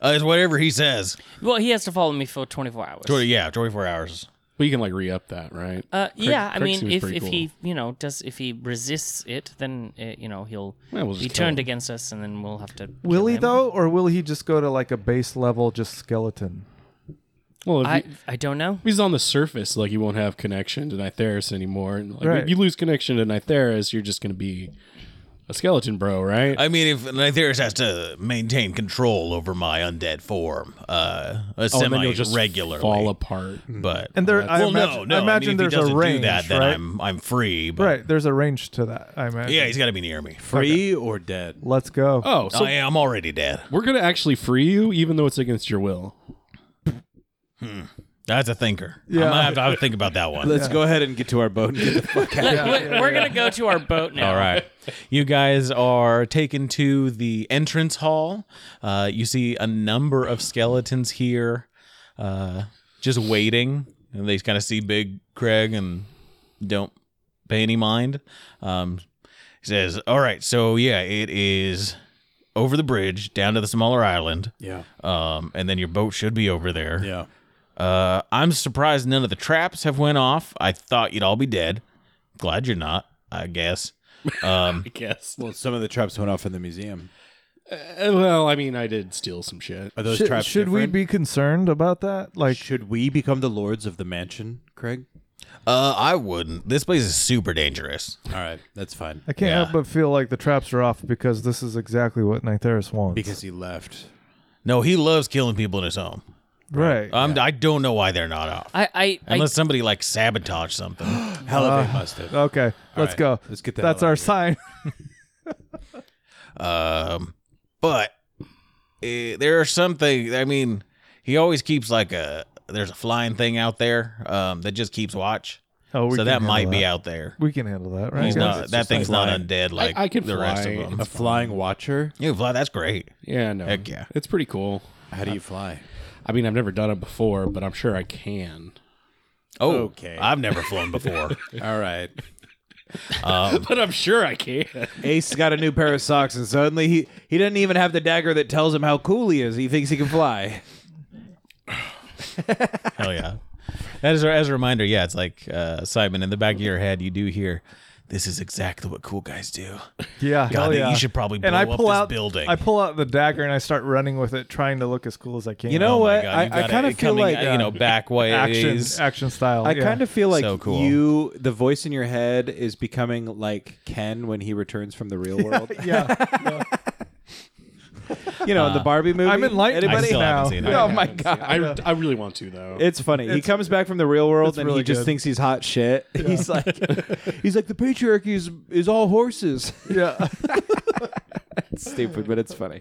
A: Uh, it's whatever he says.
E: Well, he has to follow me for 24 hours.
A: Twenty, yeah, 24 hours.
C: But you can like re up that, right?
E: Uh, yeah, I
C: Kirk
E: mean,
C: seems
E: if,
C: pretty
E: if
C: cool.
E: he you know does if he resists it, then uh, you know he'll
C: Yeah, we'll just
E: be
C: kill
E: turned
C: him.
E: against us, and then we'll have to.
D: Will
E: kill
D: he
E: him.
D: though, or will he just go to like a base level, just skeleton?
C: Well, if
E: I
C: he-
E: I don't know.
C: if he's on the surface, like you won't have connection to Nytheris anymore. And, like,
D: Right.
C: If you lose connection to Nytheris, you're just going to be a skeleton, bro, right?
J: I mean, if Nytheris has to maintain control over my undead form, uh, a
C: Oh, and
J: semi regularly,
C: fall apart.
J: but
D: And there, I
J: Uh, well,
D: imagine,
J: no, no.
D: I
J: I mean, if
D: imagine
J: he
D: there's
J: doesn't
D: a range,
J: do that, then
D: right?
J: I'm I'm free. But
D: right, there's a range to that. I imagine.
J: yeah, he's got to be near me.
K: Free or dead?
D: Let's go.
C: Oh, so
J: I am already dead.
C: we're going to actually free you, even though it's against your will.
J: That's a thinker.
D: Yeah.
J: Yeah, I have to, I would think about that one.
K: Let's go ahead and get to our boat and get the fuck out.
E: Let- we're we're gonna go to our boat now.
A: All right. You guys are taken to the entrance hall. Uh, you see a number of skeletons here uh, just waiting. And they kind of see Big Craig and don't pay any mind. Um,
J: He says, "All right, so yeah, it is over the bridge down to the smaller island,
K: Yeah.
J: um, and then your boat should be over there.
K: Yeah.
J: Uh, I'm surprised none of the traps have went off. I thought you'd all be dead. Glad you're not. I guess. Um,
C: I guess.
K: Well, some of the traps went off in the museum.
C: Uh, well, I mean, I did steal some shit.
K: Are those
D: Should-
K: traps
D: should we
K: different?
D: be concerned about that? Like,
K: should we become the lords of the mansion, Craig?
J: uh, I wouldn't. This place is super dangerous.
K: All right, that's fine.
D: I can't
J: Yeah.
D: help but feel like the traps are off because this is exactly what Nytheris wants.
K: Because he left.
J: No, he loves killing people in his home.
D: right.
J: Um, I don't know why they're not off.
E: I I, I
J: Unless somebody like sabotaged something.
K: Hell of a must have.
D: okay, let's
K: right,
D: go.
K: let's get the
D: That's
K: hell
D: our
K: outta
D: sign.
J: Um, but eh, there are some things. I mean, he always keeps like a there's a flying thing out there um, that just keeps watch.
D: Oh,
J: so
D: can
J: that
D: handle
J: might be out there.
D: We can handle that, right?
J: He's
D: guys?
J: not, that thing's not undead like
C: I can
J: the rest of
C: fly.
J: them.
K: A flying watcher?
J: You can fly. That's great.
C: Yeah, no.
J: Heck yeah.
C: It's pretty cool.
K: How do you fly?
C: I mean, I've never done it before, but I'm sure I can.
J: Oh,
K: Okay.
J: I've never flown before.
K: All right.
A: Um,
C: But I'm sure I can.
B: Ace got a new pair of socks, and suddenly he he doesn't even have the dagger that tells him how cool he is. He thinks he can fly.
A: Hell yeah. As a, as a reminder, yeah, it's like uh, Simon, in the back of your head, you do hear, this is exactly what cool guys do.
D: Yeah,
J: God,
D: hell
J: you
D: yeah.
J: should probably
D: and I
J: blow up
D: pull
J: this
D: out,
J: building.
D: I pull out the dagger and I start running with it, trying to look as cool as I can.
B: You know
J: Oh my
B: what?
J: God, you
B: I, I
J: got
B: kind
J: it
B: of feel
J: coming,
B: like
J: uh, you know back ways.
D: action, action style.
B: I
D: yeah.
B: kind of feel like
J: So cool.
B: you, the voice in your head, is becoming like Ken when he returns from the real world.
D: yeah.
B: you know, in the Barbie movie.
D: I'm enlightened
B: Anybody?
A: I still haven't
D: now.
A: seen it.
D: No,
B: Oh my god.
C: I, I really want to, though.
B: It's funny. he
D: It's-
B: comes back from the real world
D: it's
B: and
D: really
B: he just
D: good.
B: thinks he's hot shit. He's like, he's like the patriarchy is is all horses.
D: yeah.
B: It's stupid, but it's funny.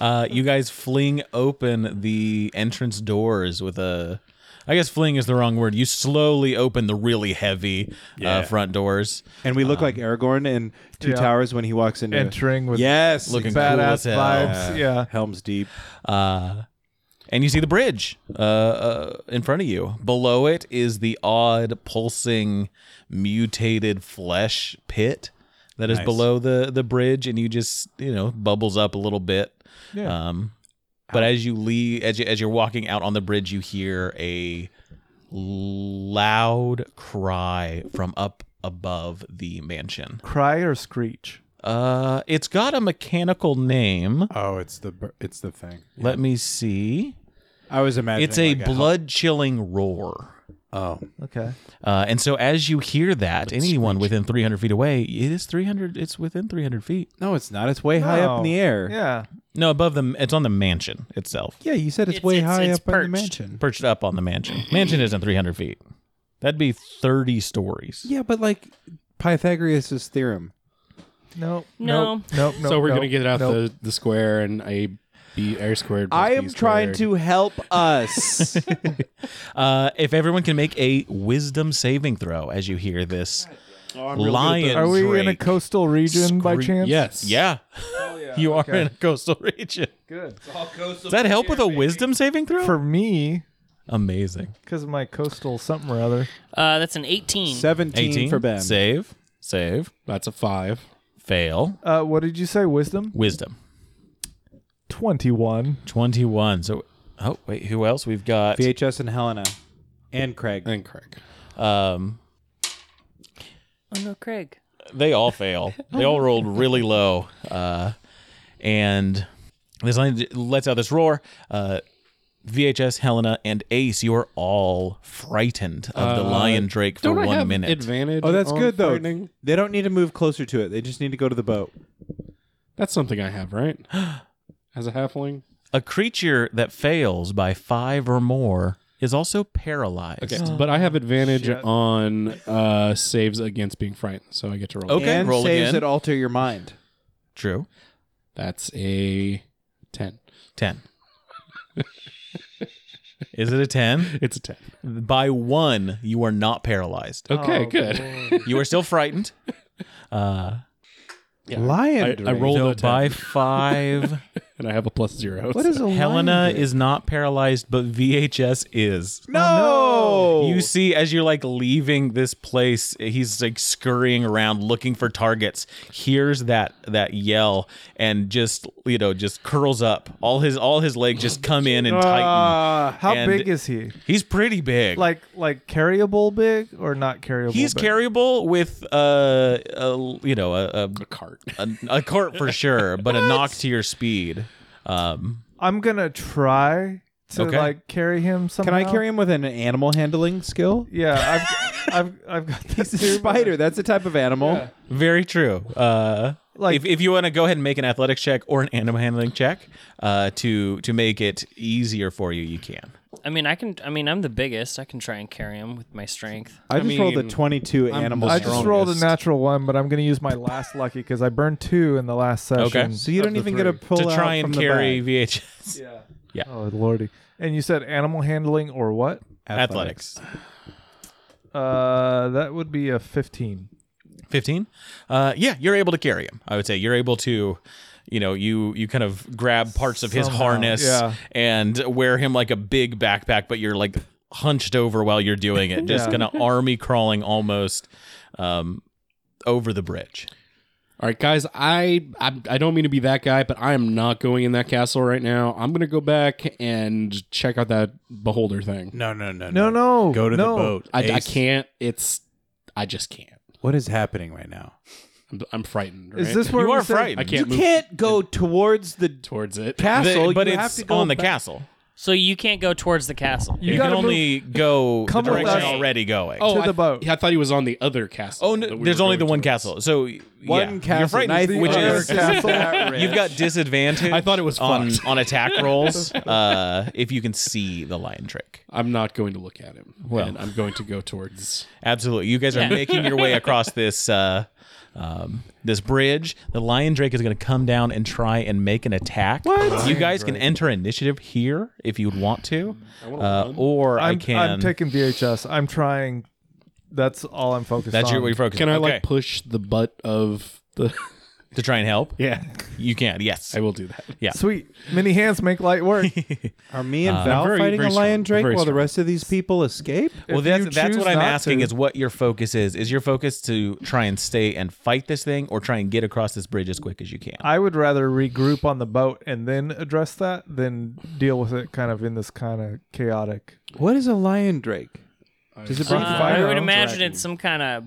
A: Uh, you guys fling open the entrance doors with a. I guess fling is the wrong word. You slowly open the really heavy uh, front doors.
B: And we look like Aragorn in Two
D: yeah.
B: Towers when he walks into
D: Entering with
B: Yes,
A: Looking
D: badass
A: cool as hell.
D: vibes. Yeah.
B: Helm's Deep.
A: Uh, and you see the bridge uh, uh, in front of you. Below it is the odd, pulsing, mutated flesh pit that is below the, the bridge, and you just you know bubbles up a little bit.
D: Yeah.
A: Um, but as you leave, as you, as you're walking out on the bridge, you hear a loud cry from up above the mansion.
D: Cry or screech.
A: Uh, it's got a mechanical name.
K: Oh, it's the bur- it's the thing.
A: Let me see.
B: I was imagining.
A: It's a blood chilling roar.
K: Oh,
D: Okay.
A: Uh, and so as you hear that, anyone within 300 feet away, it is 300, it's within 300 feet.
B: no, it's not. It's way high up in
D: No.
B: the air.
D: Oh. Yeah.
A: No, above the, it's on the mansion itself,
B: Yeah, you said
E: it's- it's- it's perched.
A: perched up on the mansion. Mansion isn't 300 feet. That'd be 30 stories.
B: Yeah, but like Pythagoras' theorem.
D: Nope.
E: No.
D: Nope. Nope. nope
C: so we're
D: nope,
C: going to get out
D: nope.
C: the, the square and a B air squared. plus
B: I
C: B
B: am trying
C: squared.
B: to help us.
A: Uh, if everyone can make a wisdom saving throw as you hear this Oh, lion
D: Are we in a
A: drake.
D: coastal region by chance?
C: Yes.
A: Yeah. you are in a coastal region. Good. Does that help with a wisdom saving throw?
D: For me,
A: Amazing.
D: because of my coastal something or other.
E: uh, that's an eighteen.
B: 17
A: 18
B: for Ben.
A: Save. Save.
C: That's a five.
A: Fail.
D: Uh, what did you say? Wisdom?
A: Wisdom.
D: 21.
A: 21. So, oh, wait, who else? We've got
B: VHS and Helena.
H: And Craig.
C: And Craig.
A: Um,
E: Oh no, Craig.
A: they all fail. They all rolled really low. Uh, and this line lets out this roar. Uh, VHS, Helena, and Ace, you are all frightened of the lion drake for
C: Uh, Don't I
A: one
C: have
A: minute.
C: advantage?
L: Oh, that's
C: on
L: good though.
C: frightening?
L: They don't need to move closer to it. They just need to go to the boat.
C: That's something I have, right? As a halfling.
A: a creature that fails by five or more is also paralyzed.
C: Okay, but I have advantage on uh, saves against being frightened, so I get to roll.
B: Oh.
A: Okay,
L: and
A: roll
L: saves
A: again.
L: that alter your mind.
A: True.
C: That's a ten.
A: Ten. is it a ten?
C: It's a ten.
A: By one, you are not paralyzed.
C: Okay, good.
A: You are still frightened. Uh,
C: I,
L: Lion.
C: I rolled
A: so
C: a ten,
A: by five,
C: and I have a plus zero.
L: what is a
A: Helena
L: lion?
A: is not paralyzed, but VHS is.
L: no.
A: You see, as you're like leaving this place, he's like scurrying around looking for targets. Hears that that yell and just you know just curls up. All his all his legs just come in and tighten.
D: Uh, how
A: And-
D: big is he?
A: He's pretty big.
D: Like like carryable big or not carryable?
A: he's
D: big?
A: carryable with uh, a you know a a,
C: cart?
A: a a cart for sure, but a knock to your speed. Um,
D: I'm gonna try to
A: Okay.
D: like carry him somehow.
L: Can I carry him with an animal handling skill?
D: Yeah, I've I've I've got this
L: He's a spider. That's a type of animal.
A: very true. Uh,
D: Like-
A: if, if you want to go ahead and make an athletics check or an animal handling check uh, to to make it easier for you, you can.
E: I mean, I can. I mean, I'm the biggest. I can try and carry him with my strength.
L: I just rolled a
C: mean,
L: 22 animal.
C: the
D: I
L: strength.
D: just rolled a
C: strongest.
D: natural one, but I'm gonna use my last lucky because I burned two in the last session.
A: Okay.
L: So you don't even get a pull
A: to
L: out
A: try
L: from
A: and
L: the
A: carry
L: bag.
A: VHS
D: Oh lordy! And you said animal handling or what?
A: athletics.
D: Uh, that would be a 15.
A: Fifteen. Uh, yeah, you're able to carry him. I would say you're able to. You know, you you kind of grab parts of his
D: Somehow,
A: harness
D: yeah.
A: and wear him like a big backpack, but you're like hunched over while you're doing it, just kind of army crawling almost um, over the bridge.
C: All right, guys. I, I I don't mean to be that guy, but I am not going in that castle right now. I'm gonna go back and check out that beholder thing.
H: No, no, no,
D: No, no,
H: Go to
D: no.
H: the boat.
C: I, I
H: Ace,
C: can't. It's I just can't.
H: What is happening right now?
C: I'm, I'm frightened. Right?
D: Is this where
A: you
D: we
A: are
D: said-
A: frightened.
C: I
L: You
C: can't move
L: can't go towards the
C: towards it.
A: The-
L: castle.
A: but
L: you
A: it's
L: have to go
A: on the
L: back.
A: castle.
E: So you can't go towards the castle.
A: You, can
D: gotta
A: only go
D: Come
A: the
D: with
A: direction
D: us.
A: already going.
D: to
C: Oh, I,
D: the boat.
C: yeah, I thought he was on the other castle.
A: Oh, no,
C: that we
A: there's
C: were
A: only
C: going
A: the one
C: towards.
A: castle. So one
L: One
A: you're
L: castle,
A: frightened,
L: neither
A: which
L: other
A: is
L: castle.
A: You've got disadvantage.
C: I thought it was
A: on
C: fucked.
A: on attack rolls uh, if you can see the lion trick.
C: I'm not going to look at him. Well, I'm going to go towards.
A: Absolutely, you guys are making your way across this uh, um, this bridge. The lion drake is going to come down and try and make an attack. What? You guys can enter initiative here if you'd want to, uh, or
D: I'm,
A: I can.
D: I'm taking VHS. I'm trying. That's all I'm focused
A: that's
D: on.
A: your, what you're focusing.
C: Can I
A: okay.
C: like push the butt of the?
A: to try and help?
C: Yeah,
A: You can. Yes.
C: I will do that.
D: Sweet. Many hands make light work.
L: Are me
A: Uh,
L: and Val
C: very-
L: fighting
C: very
L: a lion
C: strong.
L: drake
C: Very
L: while the
C: strong.
L: rest of these people escape?
A: Well,
D: If you
A: that's that's
D: choose
A: what I'm
D: not
A: asking
D: to-
A: is what your focus is. Is your focus to try and stay and fight this thing, or try and get across this bridge as quick as you can?
D: I would rather regroup on the boat and then address that than deal with it kind of in this kind of chaotic.
L: What is a lion drake? Does it
E: Uh,
L: breathe fire?
E: I would imagine it's some kind of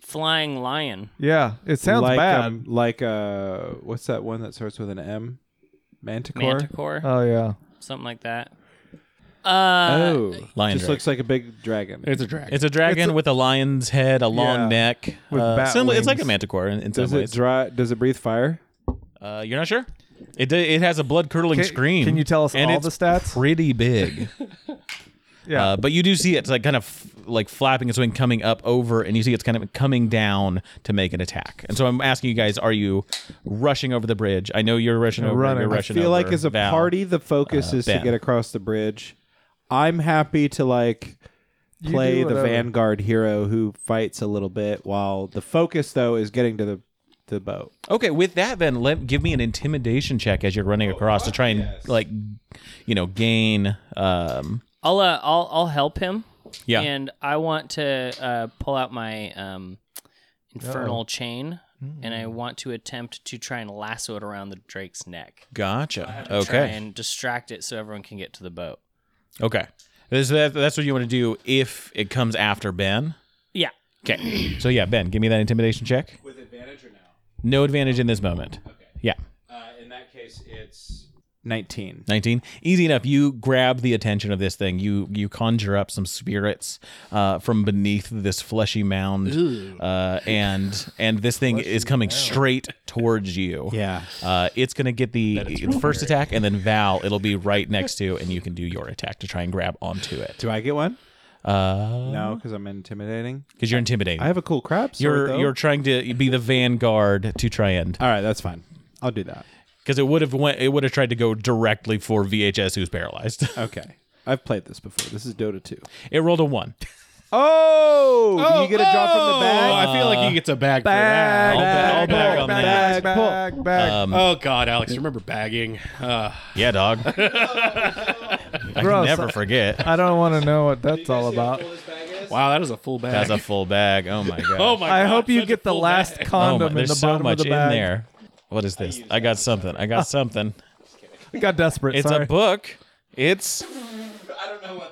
E: flying lion.
D: Yeah, it sounds
L: like,
D: bad.
L: Um, like uh, what's that one that starts with an M? Manticore.
E: Manticore,
D: oh yeah.
E: something like that. Uh,
L: oh,
A: Lion
L: just
A: drake.
L: looks like a big dragon.
C: It's a dragon.
A: It's a dragon
D: It's a-
A: with a lion's head, a long
D: Yeah,
A: neck.
D: with
A: uh,
D: bat
A: similar- It's like a
D: wings.
A: manticore in, in some
L: does it
A: ways.
L: dry? Does it breathe fire?
A: uh, you're not sure? It d- it has a blood curdling
D: Can-
A: scream.
D: can you tell us
A: and
D: all
A: it's
D: the stats?
A: Pretty big.
D: Yeah.
A: Uh, but you do see it's like kind of f- like flapping its wing, coming up over, and you see it's kind of coming down to make an attack. And so I'm asking you guys: Are you rushing over the bridge? I know you're rushing over.
D: running.
A: You're
D: I
A: rushing
L: I feel
A: over,
L: like as a
A: Val.
L: party, the focus
A: uh,
L: is
A: Ben.
L: to get across the bridge. I'm happy to like
D: You
L: play
D: do
L: the
D: whatever.
L: vanguard hero who fights a little bit, while the focus though is getting to the the boat.
A: Okay, with that then, let give me an intimidation check as you're running across to try and like, you know, gain. Um,
E: I'll uh, I'll I'll help him.
A: yeah,
E: And I want to uh, pull out my um, infernal chain, and I want to attempt to try and lasso it around the drake's neck.
A: gotcha.
E: Try
A: Okay,
E: and distract it so everyone can get to the boat.
A: okay. This, that, that's what you want to do if it comes after Ben.
E: Yeah.
A: Okay. So yeah, Ben, give me that intimidation check.
L: With advantage or now?
A: No advantage in this moment. Yeah.
L: Uh, in that case, it's 19.
A: 19 easy enough you grab the attention of this thing you you conjure up some spirits uh, from beneath this fleshy mound uh, and and this thing is coming straight towards you
L: Yeah.
A: uh, it's gonna get the the first attack and then val it'll be right next to and you can do your attack to try and grab onto it
L: Do I get one?
A: because
L: No, because I'm intimidating.
A: you're intimidating
L: I have a cool crab sword,
A: you're
L: though.
A: you're trying to be the vanguard to try and
B: Uh,
L: All right, that's fine. I'll do that.
A: because it would have went it would have tried to go directly for VHS who's paralyzed.
L: Okay. I've played this before. This is Dota 2.
A: it rolled a one.
L: Oh! do you get a drop from the bag?
C: I feel like he gets a Uh, bag,
L: Bag,
C: for that.
A: I'll
L: bag,
A: back
L: bag,
A: on
L: bag,
A: that.
L: bag, pull.
A: Um,
C: Oh God, Alex, remember bagging? Uh,
A: Yeah, dog. I can
D: Gross.
A: never forget.
D: I don't want to know what that's all about.
C: wow, that is a full bag.
A: That's a full bag. Oh my god.
C: oh my!
D: I
C: God,
D: hope you
C: such a
D: get the
C: full
D: last
C: bag.
A: Oh my-
D: condom in
A: there's
D: the
A: so
D: bottom
A: much
D: of the bag.
A: in there. What is this? I got something. I got something.
D: I got desperate.
A: It's
D: sorry.
A: a book. It's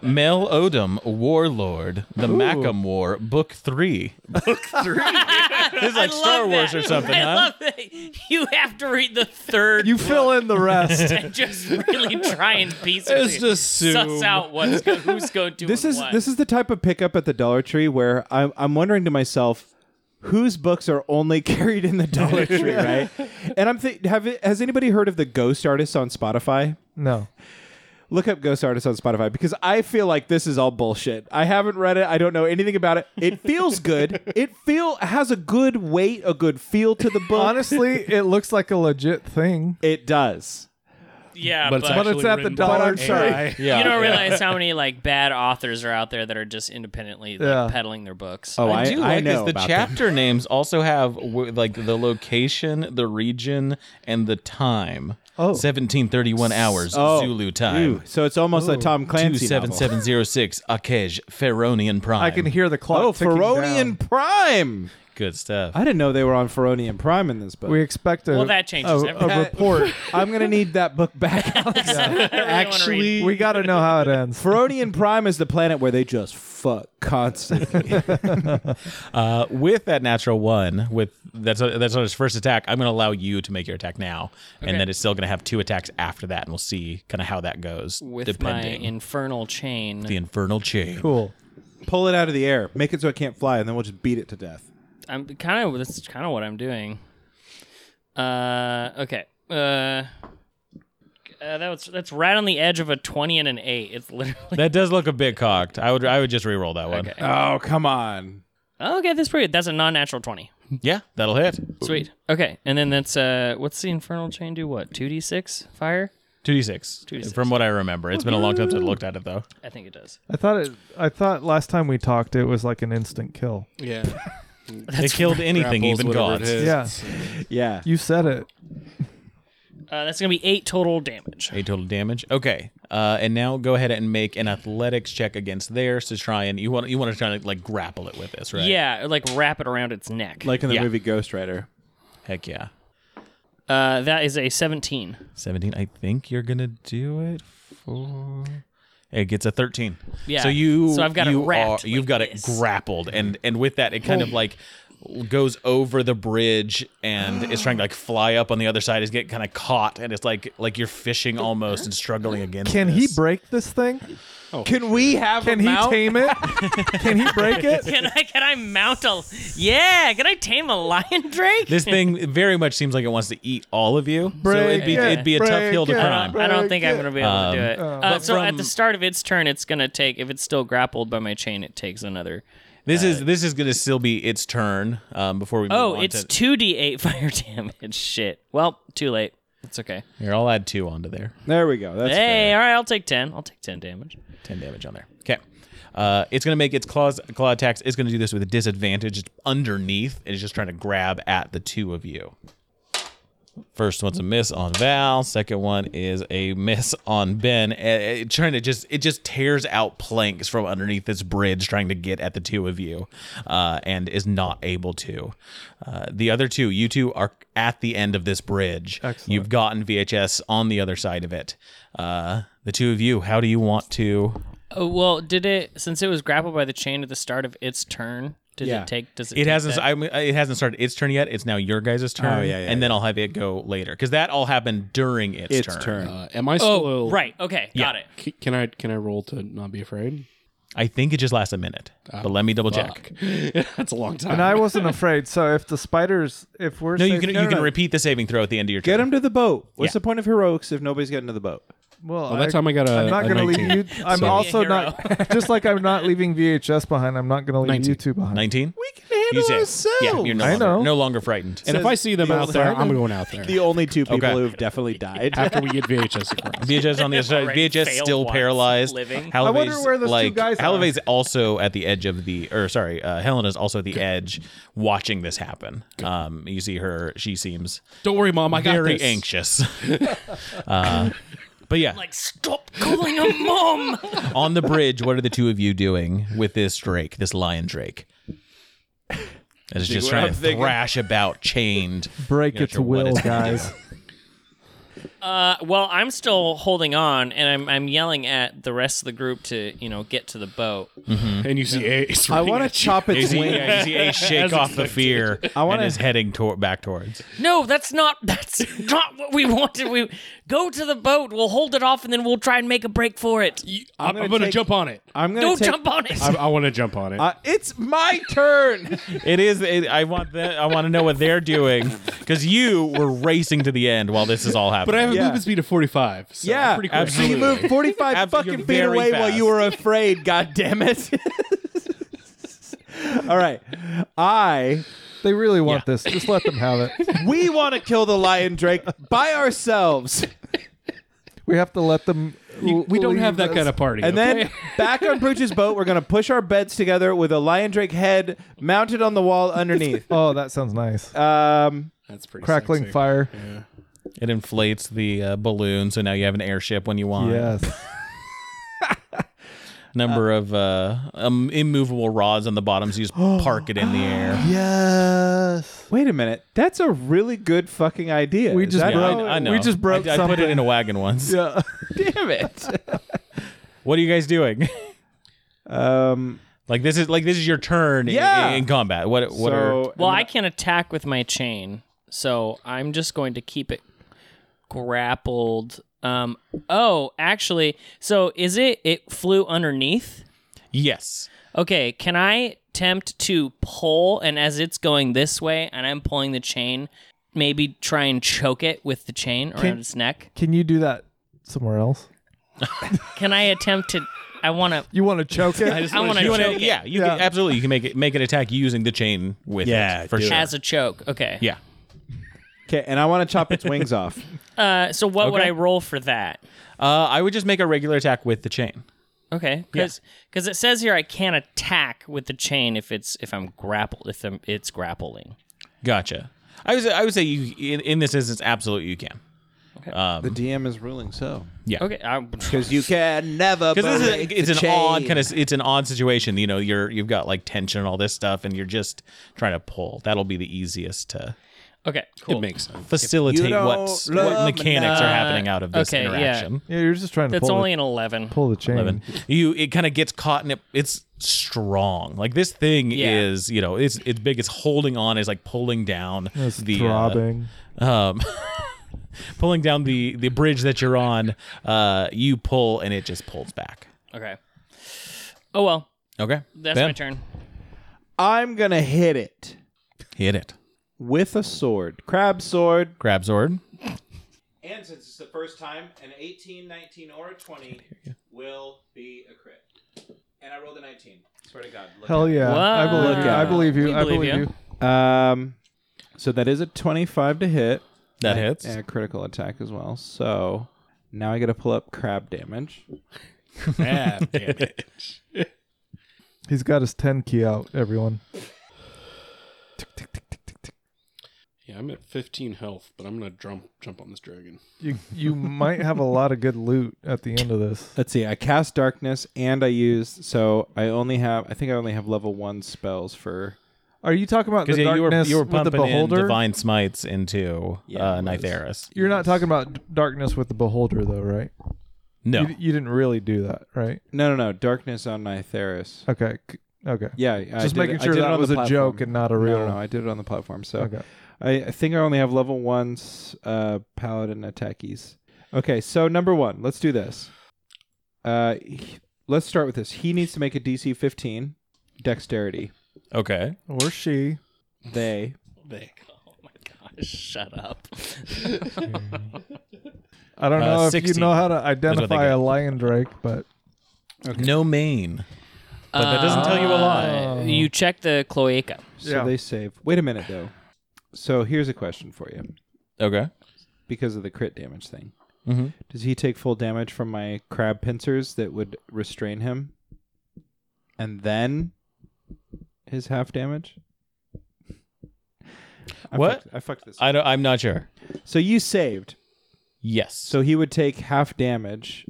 A: Mel Odom, Warlord, The Macam War, Book Three. Book Three. this is like
E: I
A: Star
E: love
A: Wars
E: that.
A: or something,
E: I
A: huh?
E: love that. You have to read the third.
D: You fill in the rest.
E: and just really try and piece it.
C: Let's assume.
E: suss out what's go- who's going to
B: This is this is the type of pickup at the Dollar Tree where I'm I'm wondering to myself, whose books are only carried in the Dollar Tree, right? And I'm think have it, has anybody heard of the ghost artists on Spotify?
D: no.
B: Look up ghost artists on Spotify because I feel like this is all bullshit. I haven't read it. I don't know anything about it. It feels good. It feel has a good weight, a good feel to the book.
D: Honestly, it looks like a legit thing.
B: it does.
E: yeah,
C: but
E: but,
C: it's
D: But it's
C: Actually
D: at the
C: written
D: dollar
C: by
D: tree.
C: AI.
A: yeah.
E: you don't realize how many like bad authors are out there that are just independently like,
D: Yeah.
E: peddling their books.
B: Oh,
A: I,
B: I,
A: do
B: I
A: like
B: know
A: this. The
B: about them.
A: chapter names also have w- like the location, the region, and the time.
B: Oh.
A: 1731 hours
B: Oh.
A: Zulu time.
B: Ooh, so it's almost a Tom Clancy novel.
A: 27706 Akej Feronian Prime.
D: I can hear the clock.
B: Oh,
D: ticking
B: Feronian
D: down.
B: Prime.
A: good stuff.
B: I didn't know they were on Feronian Prime in this book. Uh,
D: We expect a,
E: Well, that changes
D: a,
B: oh,
E: everything.
D: a report.
B: I'm gonna need that book back. Alex.
E: I really wanna read
C: Actually,
D: we got to know how it ends.
B: Feronian Prime is the planet where they just fuck constantly.
A: Uh, with that natural one, with that's that's on his first attack. I'm going to allow you to make your attack now, and then it's still going to have two attacks after that, and we'll see kind of how that goes.
E: with
A: depending
E: my infernal chain.
A: the infernal chain.
D: Cool.
B: Pull it out of the air, make it so it can't fly, and then we'll just beat it to death.
E: I'm kind of that's kind of what I'm doing. Uh, okay. Uh, uh, that was that's right on the edge of a twenty and an eight. It's literally
A: That does look a bit cocked. I would I would just re-roll that one.
L: Oh, come on.
E: okay. That's pretty. That's a non-natural twenty.
A: Yeah, that'll hit.
E: Sweet. Okay, and then that's uh, what's the infernal chain do? What two d six fire?
A: Two d six.
E: 2d6.
A: From what I remember, it's been a long time since I looked at it though.
E: I think it does.
D: I thought it. I thought last time we talked, it was like an instant kill.
C: yeah,
A: it killed anything,
C: Grapples,
A: even
C: whatever it
A: gods.
C: is.
D: Yeah,
B: Yeah.
D: you said it.
E: Uh, that's gonna be eight total damage.
A: Eight total damage. Okay, uh, and now go ahead and make an athletics check against theirs to try and you want you want to try to like grapple it with this, right?
E: Yeah, like wrap it around its neck.
B: Like in the
A: Yeah.
B: movie Ghost Rider.
A: Heck yeah.
E: uh, that is a seventeen.
A: Seventeen. I think you're gonna do it for. It gets a thirteen.
E: Yeah.
A: So you.
E: So I've got it
A: you
E: wrapped
A: Are, you've
E: like
A: got
E: this.
A: it grappled, and and with that, it kind of like goes over the bridge and is trying to like fly up on the other side. Is get kind of caught, and it's like like you're fishing almost and struggling against.
D: Can he
A: this.
D: break this thing?
L: Can we have
D: Can
L: a
D: he
L: mount?
D: tame it? Can he break it?
E: Can I can I mount a? Yeah, can I tame a lion drake?
A: This thing very much seems like it wants to eat all of you. so
D: Break
A: it'd be,
D: it,
A: it'd be a tough
D: break
A: hill to
D: it.
A: climb.
E: I don't think I'm going to be able to do it. Uh,
A: but
E: so at
A: from-
E: the start of its turn, it's going to take, if it's still grappled by my chain, it takes another.
A: This is this is going to still be its turn um, before we. Move
E: Oh,
A: on
E: it's
A: to,
E: 2d8 fire damage. Shit. Well, too late. It's okay.
A: here. I'll add two onto there.
B: There we go. That's
E: hey, all right, I'll take 10. I'll take 10 damage.
A: 10 damage on there. Okay. Uh, it's going to make its claws, claw attacks. It's going to do this with a disadvantage. It's underneath. It's just trying to grab at the two of you. First one's a miss on Val. Second one is a miss on Ben. Eh, eh, trying to just it just tears out planks from underneath this bridge, trying to get at the two of you, uh, and is not able to. Uh, the other two, you two are at the end of this bridge. You've gotten VHS on the other side of it. Uh, the two of you, how do you want to
E: Oh, well, did it since it was grappled by the chain at the start of its turn? Did
B: Yeah.
E: it take? Does it?
A: It
E: take
A: hasn't.
E: that?
A: I mean, it hasn't started its turn yet. It's now your guys' turn.
H: yeah, yeah,
A: and then I'll have it go later because that all happened during its,
B: It's turn.
C: Uh, am I still
E: oh, right. Okay, got it.
C: C- can I can I roll to not be afraid?
A: I think it just lasts a minute, but let me double check.
C: That's a long time.
D: And I wasn't afraid. So if the spiders, if we're
A: No, you
D: safe-
A: can you can repeat the saving throw at the end of your
B: Get
A: turn.
B: him to the boat. What's
A: Yeah.
B: the point of heroics if nobody's getting to the boat?
D: Well,
C: Well, that time I got a.
D: I'm not
C: a
D: going to
C: 19.
D: leave you. I'm
C: So-
D: also
E: Be a hero.
D: not just like I'm not leaving VHS behind. I'm not going to leave
C: 19.
D: you two behind.
A: Nineteen. We
B: can handle
A: Yeah, you're no
D: I
A: longer,
D: know.
A: no longer frightened.
C: And if I see them out there, I'm going out there
B: The only two people
A: Okay.
B: who have definitely died.
C: after we get VHS across.
A: VHS on the other side.
E: Already
A: VHS
E: failed
A: still
E: once
A: paralyzed.
E: living.
A: Halave's,
D: I wonder where those two
A: like,
D: guys are.
A: Halave's also at the edge of the, or sorry, uh, Helena's also at the edge, watching this happen. Um, you see her. She seems
C: Don't worry, mom. I got
A: very
C: this.
A: anxious. uh, but yeah,
E: Like, stop calling him mom.
A: on the bridge, what are the two of you doing with this drake, this lion drake? That is just trying to thrash about, chained.
D: Break
A: Not
D: its
A: sure what
D: will,
A: it's gonna
D: guys.
E: Uh, well, I'm still holding on, and I'm I'm yelling at the rest of the group to you know get to the boat.
C: And you see Ace.
B: I want to chop
A: You
B: its
A: see,
B: wing.
A: yeah, you see Ace shake off the fear and is heading tor- back towards.
E: No, that's not that's not what we wanted. We go to the boat. We'll hold it off, and then we'll try and make a break for it.
C: I'm,
B: gonna
C: I'm gonna
B: take-
C: jump on it.
B: I'm gonna
E: Don't
B: take-
E: jump on it.
C: I, I want to jump on it.
B: Uh, it's my turn.
A: It is. It, I want that. I want to know what they're doing because you were racing to the end while this is all happening.
C: but I have a
B: yeah.
C: movement speed of 45. So
B: yeah,
C: I'm pretty quick.
A: absolutely.
B: You moved 45
A: Ab- you're
B: fucking feet
A: very
B: away while
A: fast.
B: you were afraid. God damn it! All right, I
D: They really want this. Just let them have it.
B: we want to kill the lion Drake by ourselves,
D: We have to let them.
C: You- we don't have that kind of party.
B: and
C: okay?
B: then back on Pooch's boat, we're gonna push our beds together with a lion Drake head mounted on the wall underneath.
D: Oh, that sounds nice.
A: Uh,
B: Um,
C: that's pretty
D: Crackling
C: sexy.
D: fire.
A: it inflates the uh, balloon, so now you have an airship when you want.
D: Yes.
A: Number of uh, um, immovable rods on the bottom, so you just park it in the air.
D: yes.
B: wait a minute, that's a really good fucking idea.
D: We
B: Is
D: just
B: that
A: Yeah,
D: broke-
A: I, I know.
D: we just broke
A: I, I put it
D: something.
A: in a wagon once.
D: Yeah.
B: damn it.
A: What are you guys doing?
B: Um,
A: like this is like this is your turn in-
B: Yeah.
A: in, in combat. What what
B: so
E: Well, I can attack with my chain, so I'm just going to keep it grappled. Um. Oh, actually, so is it? It flew underneath.
A: are yes?
E: Okay, can I attempt to pull and as it's going this way and I'm pulling the chain, maybe try and choke it with the chain around
D: Can-
E: its neck?
D: Can you do that somewhere else?
E: Can I attempt to I want to
D: You want to choke it?
E: I want to
A: You
E: choke
A: wanna-
E: it
A: yeah, you Can, absolutely. You can make it make an attack using the chain with
H: Yeah,
A: it for
H: do it.
A: sure.
E: as a choke. Okay.
A: yeah.
B: okay, and I want to chop its wings off.
E: Uh so what would
A: Okay.
E: I roll for that?
A: Uh, I would just make a regular attack with the chain.
E: Okay. Cuz it says here I can't attack with the chain if it's if I'm grappled if I'm, it's grappling.
A: Gotcha. I was I would say you in, in this instance absolutely you can.
L: The DM is ruling so.
E: Okay. I'm,
L: Because you can never
A: Because this is
L: break
A: it's
L: the
A: an
L: chain.
A: odd kind of it's an odd situation. You know, you're you've got like tension and all this stuff, and you're just trying to pull. That'll be the easiest to
E: okay.
C: It makes sense.
A: facilitate
L: don't
A: what's, what
L: love
A: mechanics are happening out of this
E: Okay, yeah.
A: interaction.
D: yeah, you're just trying to
E: That's
D: pull,
E: only
D: the,
E: an 11.
D: pull the chain.
A: Eleven. You it kind of gets caught in it. It's strong. Like this thing
E: Yeah.
A: is, you know, it's it's big. It's holding on. It's like pulling down
D: It's
A: the uh,
D: throbbing.
A: um, pulling down the the bridge that you're on. Uh, you pull and it just pulls back.
E: Okay. Oh well.
A: Okay,
E: That's
A: Ben,
E: my turn.
B: I'm gonna hit it
A: Hit it.
B: with a sword, crab sword.
A: Grab Zord.
B: And since it's the first time, an 18, 19, or a 20 will be a crit. And I rolled a 19. Swear to God. Look
D: Hell yeah! I believe you.
E: Wow.
D: I believe
E: We
D: you. I
E: believe
D: believe
E: you.
D: you.
B: Um, so that is a 25 to hit.
A: That hits.
B: And a critical attack as well. So now I got to pull up crab damage.
D: He's got his ten key out. Everyone.
C: Yeah, I'm at 15 health, but I'm gonna jump jump on this dragon.
D: You you might have a lot of good loot at the end of this.
B: Let's see. I cast darkness and I used. So I only have. I think I only have level one spells for.
D: Are you talking about the
A: Because yeah, you were
D: darkness
A: you were
D: with the
A: pumping in
D: beholder?
A: divine smites into
B: Yeah,
A: uh,
B: it was.
A: Nytheris.
D: You're not talking about d- darkness with the beholder though, right?
A: No.
D: You, you didn't really do that, right?
B: No, no, no. Darkness on Nytheris.
D: Okay. c- Okay.
B: Yeah, I
D: Just
B: did-
D: making
B: I
D: sure
B: did it
D: that
B: on the
D: was a
B: platform.
D: joke and not a
B: No,
D: real.
B: No, no, I did it on the platform. So
D: Okay.
B: I, I think I only have level ones uh, paladin attackies. Okay, so number one, let's do this. Uh, he- let's start with this. He needs to make a DC 15 dexterity.
A: Okay.
D: Or she.
B: They.
E: Oh my gosh, shut up.
D: I don't
A: Uh,
D: know if
A: 16.
D: you know how to
A: they
D: identify a
A: got.
D: lion drake, but
A: No mane.
E: but
A: that doesn't tell you a lot.
E: Uh, You check the cloaca.
B: So
D: Yeah.
B: they save. Wait a minute, though. So here's a question for you
A: Okay.
B: because of the crit damage thing.
A: Mhm.
B: Does he take full damage from my crab pincers that would restrain him? And then his half damage? I
A: What?
B: fucked- I fucked this.
A: I don't, I'm not sure.
B: So you saved.
A: Yes.
B: So he would take half damage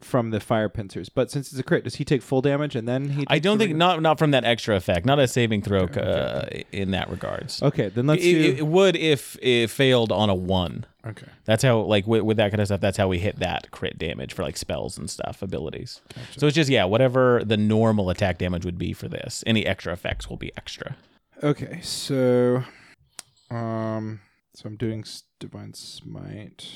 B: from the fire pincers. But since it's a crit, does he take full damage and then he
A: I
B: takes
A: don't
B: the
A: think
B: regular-
A: not not from that extra effect, not a saving throw uh, in that regards.
B: Okay, then let's
A: it,
B: do
A: it- it would if it failed on a one.
I: Okay.
A: That's how like with, with that kind of stuff. That's how we hit that crit damage for like spells and stuff abilities. So it's just yeah, whatever the normal attack damage would be for this, any extra effects will be extra.
B: Okay, so um so I'm doing s- divine smite.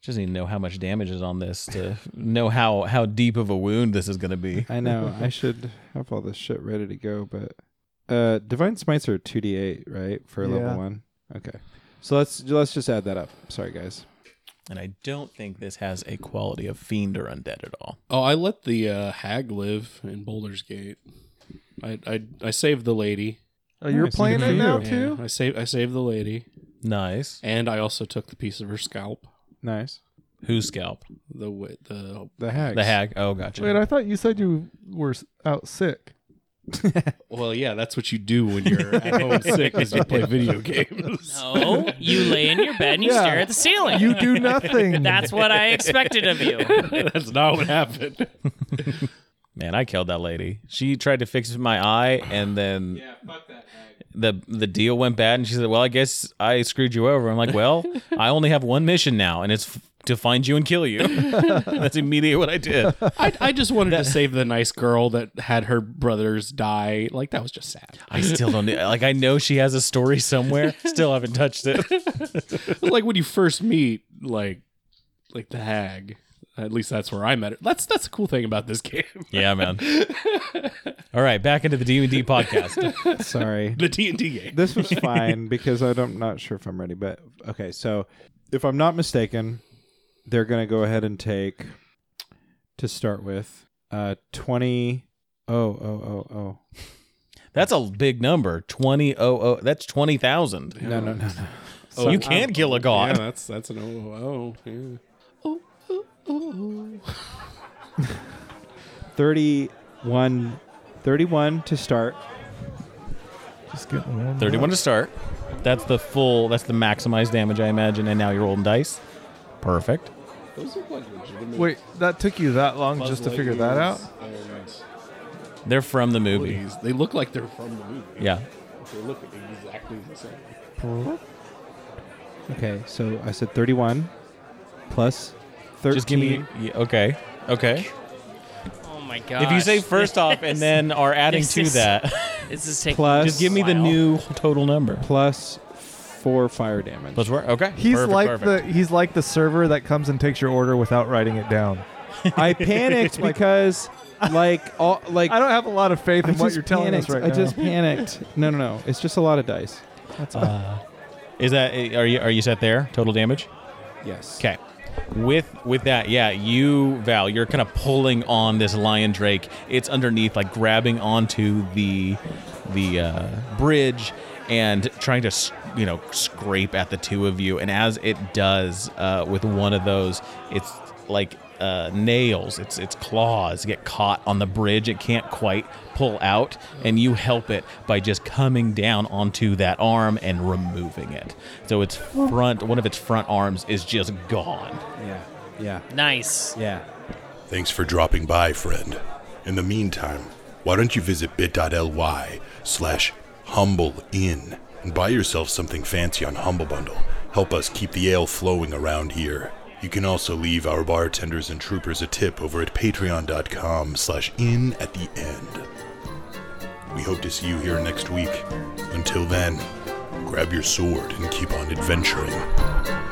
A: Just need to know how much damage is on this to know how how deep of a wound this is going to be.
B: I know. I should have all this shit ready to go, but uh divine smites are 2d8, right? For
D: Yeah.
B: level 1. Okay. So let's let's just add that up. Sorry guys.
A: And I don't think this has a quality of fiend or undead at all.
C: Oh, I let the uh, hag live in Boulder's Gate. I I, I saved the lady.
D: oh, you're
B: Nice,
D: playing
B: good
D: it
B: for
D: now
B: you.
C: Yeah,
D: too.
C: I saved I saved the lady,
A: Nice.
C: and I also took the piece of her scalp.
B: Nice.
A: Who's scalp?
C: The wi- the
B: The hag.
A: The hag. Oh, gotcha.
D: Wait, I thought you said you were s- out sick.
C: well, yeah, that's what you do when you're at home sick is you play video games.
E: No, you lay in your bed and you
D: Yeah.
E: stare at the ceiling.
D: You do nothing.
E: That's what I expected of you.
C: that's not what happened.
A: Man, I killed that lady. She tried to fix my eye, and then yeah, fuck that the the deal went bad, and she said, "Well, I guess I screwed you over." I'm like, "Well, I only have one mission now, and it's f- to find you and kill you." That's immediately what I did.
C: I, I just wanted to save the nice girl that had her brothers die. Like that was just sad.
A: I still don't like. I know she has a story somewhere. Still haven't touched it.
C: like when you first meet, like like the hag. At least that's where I met her. That's that's the cool thing about this game.
A: Yeah, man. All right, back into the D and D podcast.
B: Sorry.
C: The D and D game.
B: this was fine because I don't, am not sure if I'm ready, but okay. So, if I'm not mistaken, they're going to go ahead and take to start with uh 20 oh oh oh oh.
A: That's a big number. Twenty oh oh. That's twenty thousand.
B: No, no, no, no.
A: So you can't kill a
C: Yeah,
A: god.
C: that's that's an oh oh. Yeah.
B: 31 31 to start.
D: Just getting warm.
A: 31 to start. That's the full, that's the maximized damage, I imagine. And now you're rolling dice. Perfect.
D: Wait, that took you that long just to figure that out?
A: They're from the movie.
C: These- They look like they're from the movie.
A: Yeah.
C: They look exactly the same.
B: Okay. So, I said 31 plus 13.
A: Just give me. yeah, okay. Okay.
E: Oh my god.
A: If you say first off and then are adding
E: This
A: to
E: is-
A: that,
E: This is taking
B: Plus-
A: just give me the
E: Wow.
A: new total number.
B: plus 4 fire damage.
A: Let's work. Okay.
D: He's
A: Perfect,
D: like
A: perfect.
D: the he's like the server that comes and takes your order without writing it down.
B: I panicked because like all like
D: I don't have a lot of faith
B: I
D: in what
B: just
D: you're telling
B: panicked.
D: us right
B: I
D: now.
B: just panicked. No, no, no. It's just a lot of dice.
A: Is that are you are you set there? Total damage.
B: Yes.
A: Okay. With with that, yeah, you Val, you're kind of pulling on this lion drake. It's underneath, like grabbing onto the the uh, bridge and trying to s- you know scrape at the two of you. And as it does uh, with one of those, it's like uh, nails. Its its claws get caught on the bridge. It can't quite pull out, and you help it by just coming down onto that arm and removing it. So its front, one of its front arms, is just gone.
B: Yeah. Yeah.
E: nice.
B: Yeah.
G: Thanks for dropping by, friend. In the meantime, why don't you visit bit.ly slash humble inn and buy yourself something fancy on Humble Bundle. Help us keep the ale flowing around here. You can also leave our bartenders and troopers a tip over at patreon.com slash in at the end. We hope to see you here next week. Until then, grab your sword and keep on adventuring.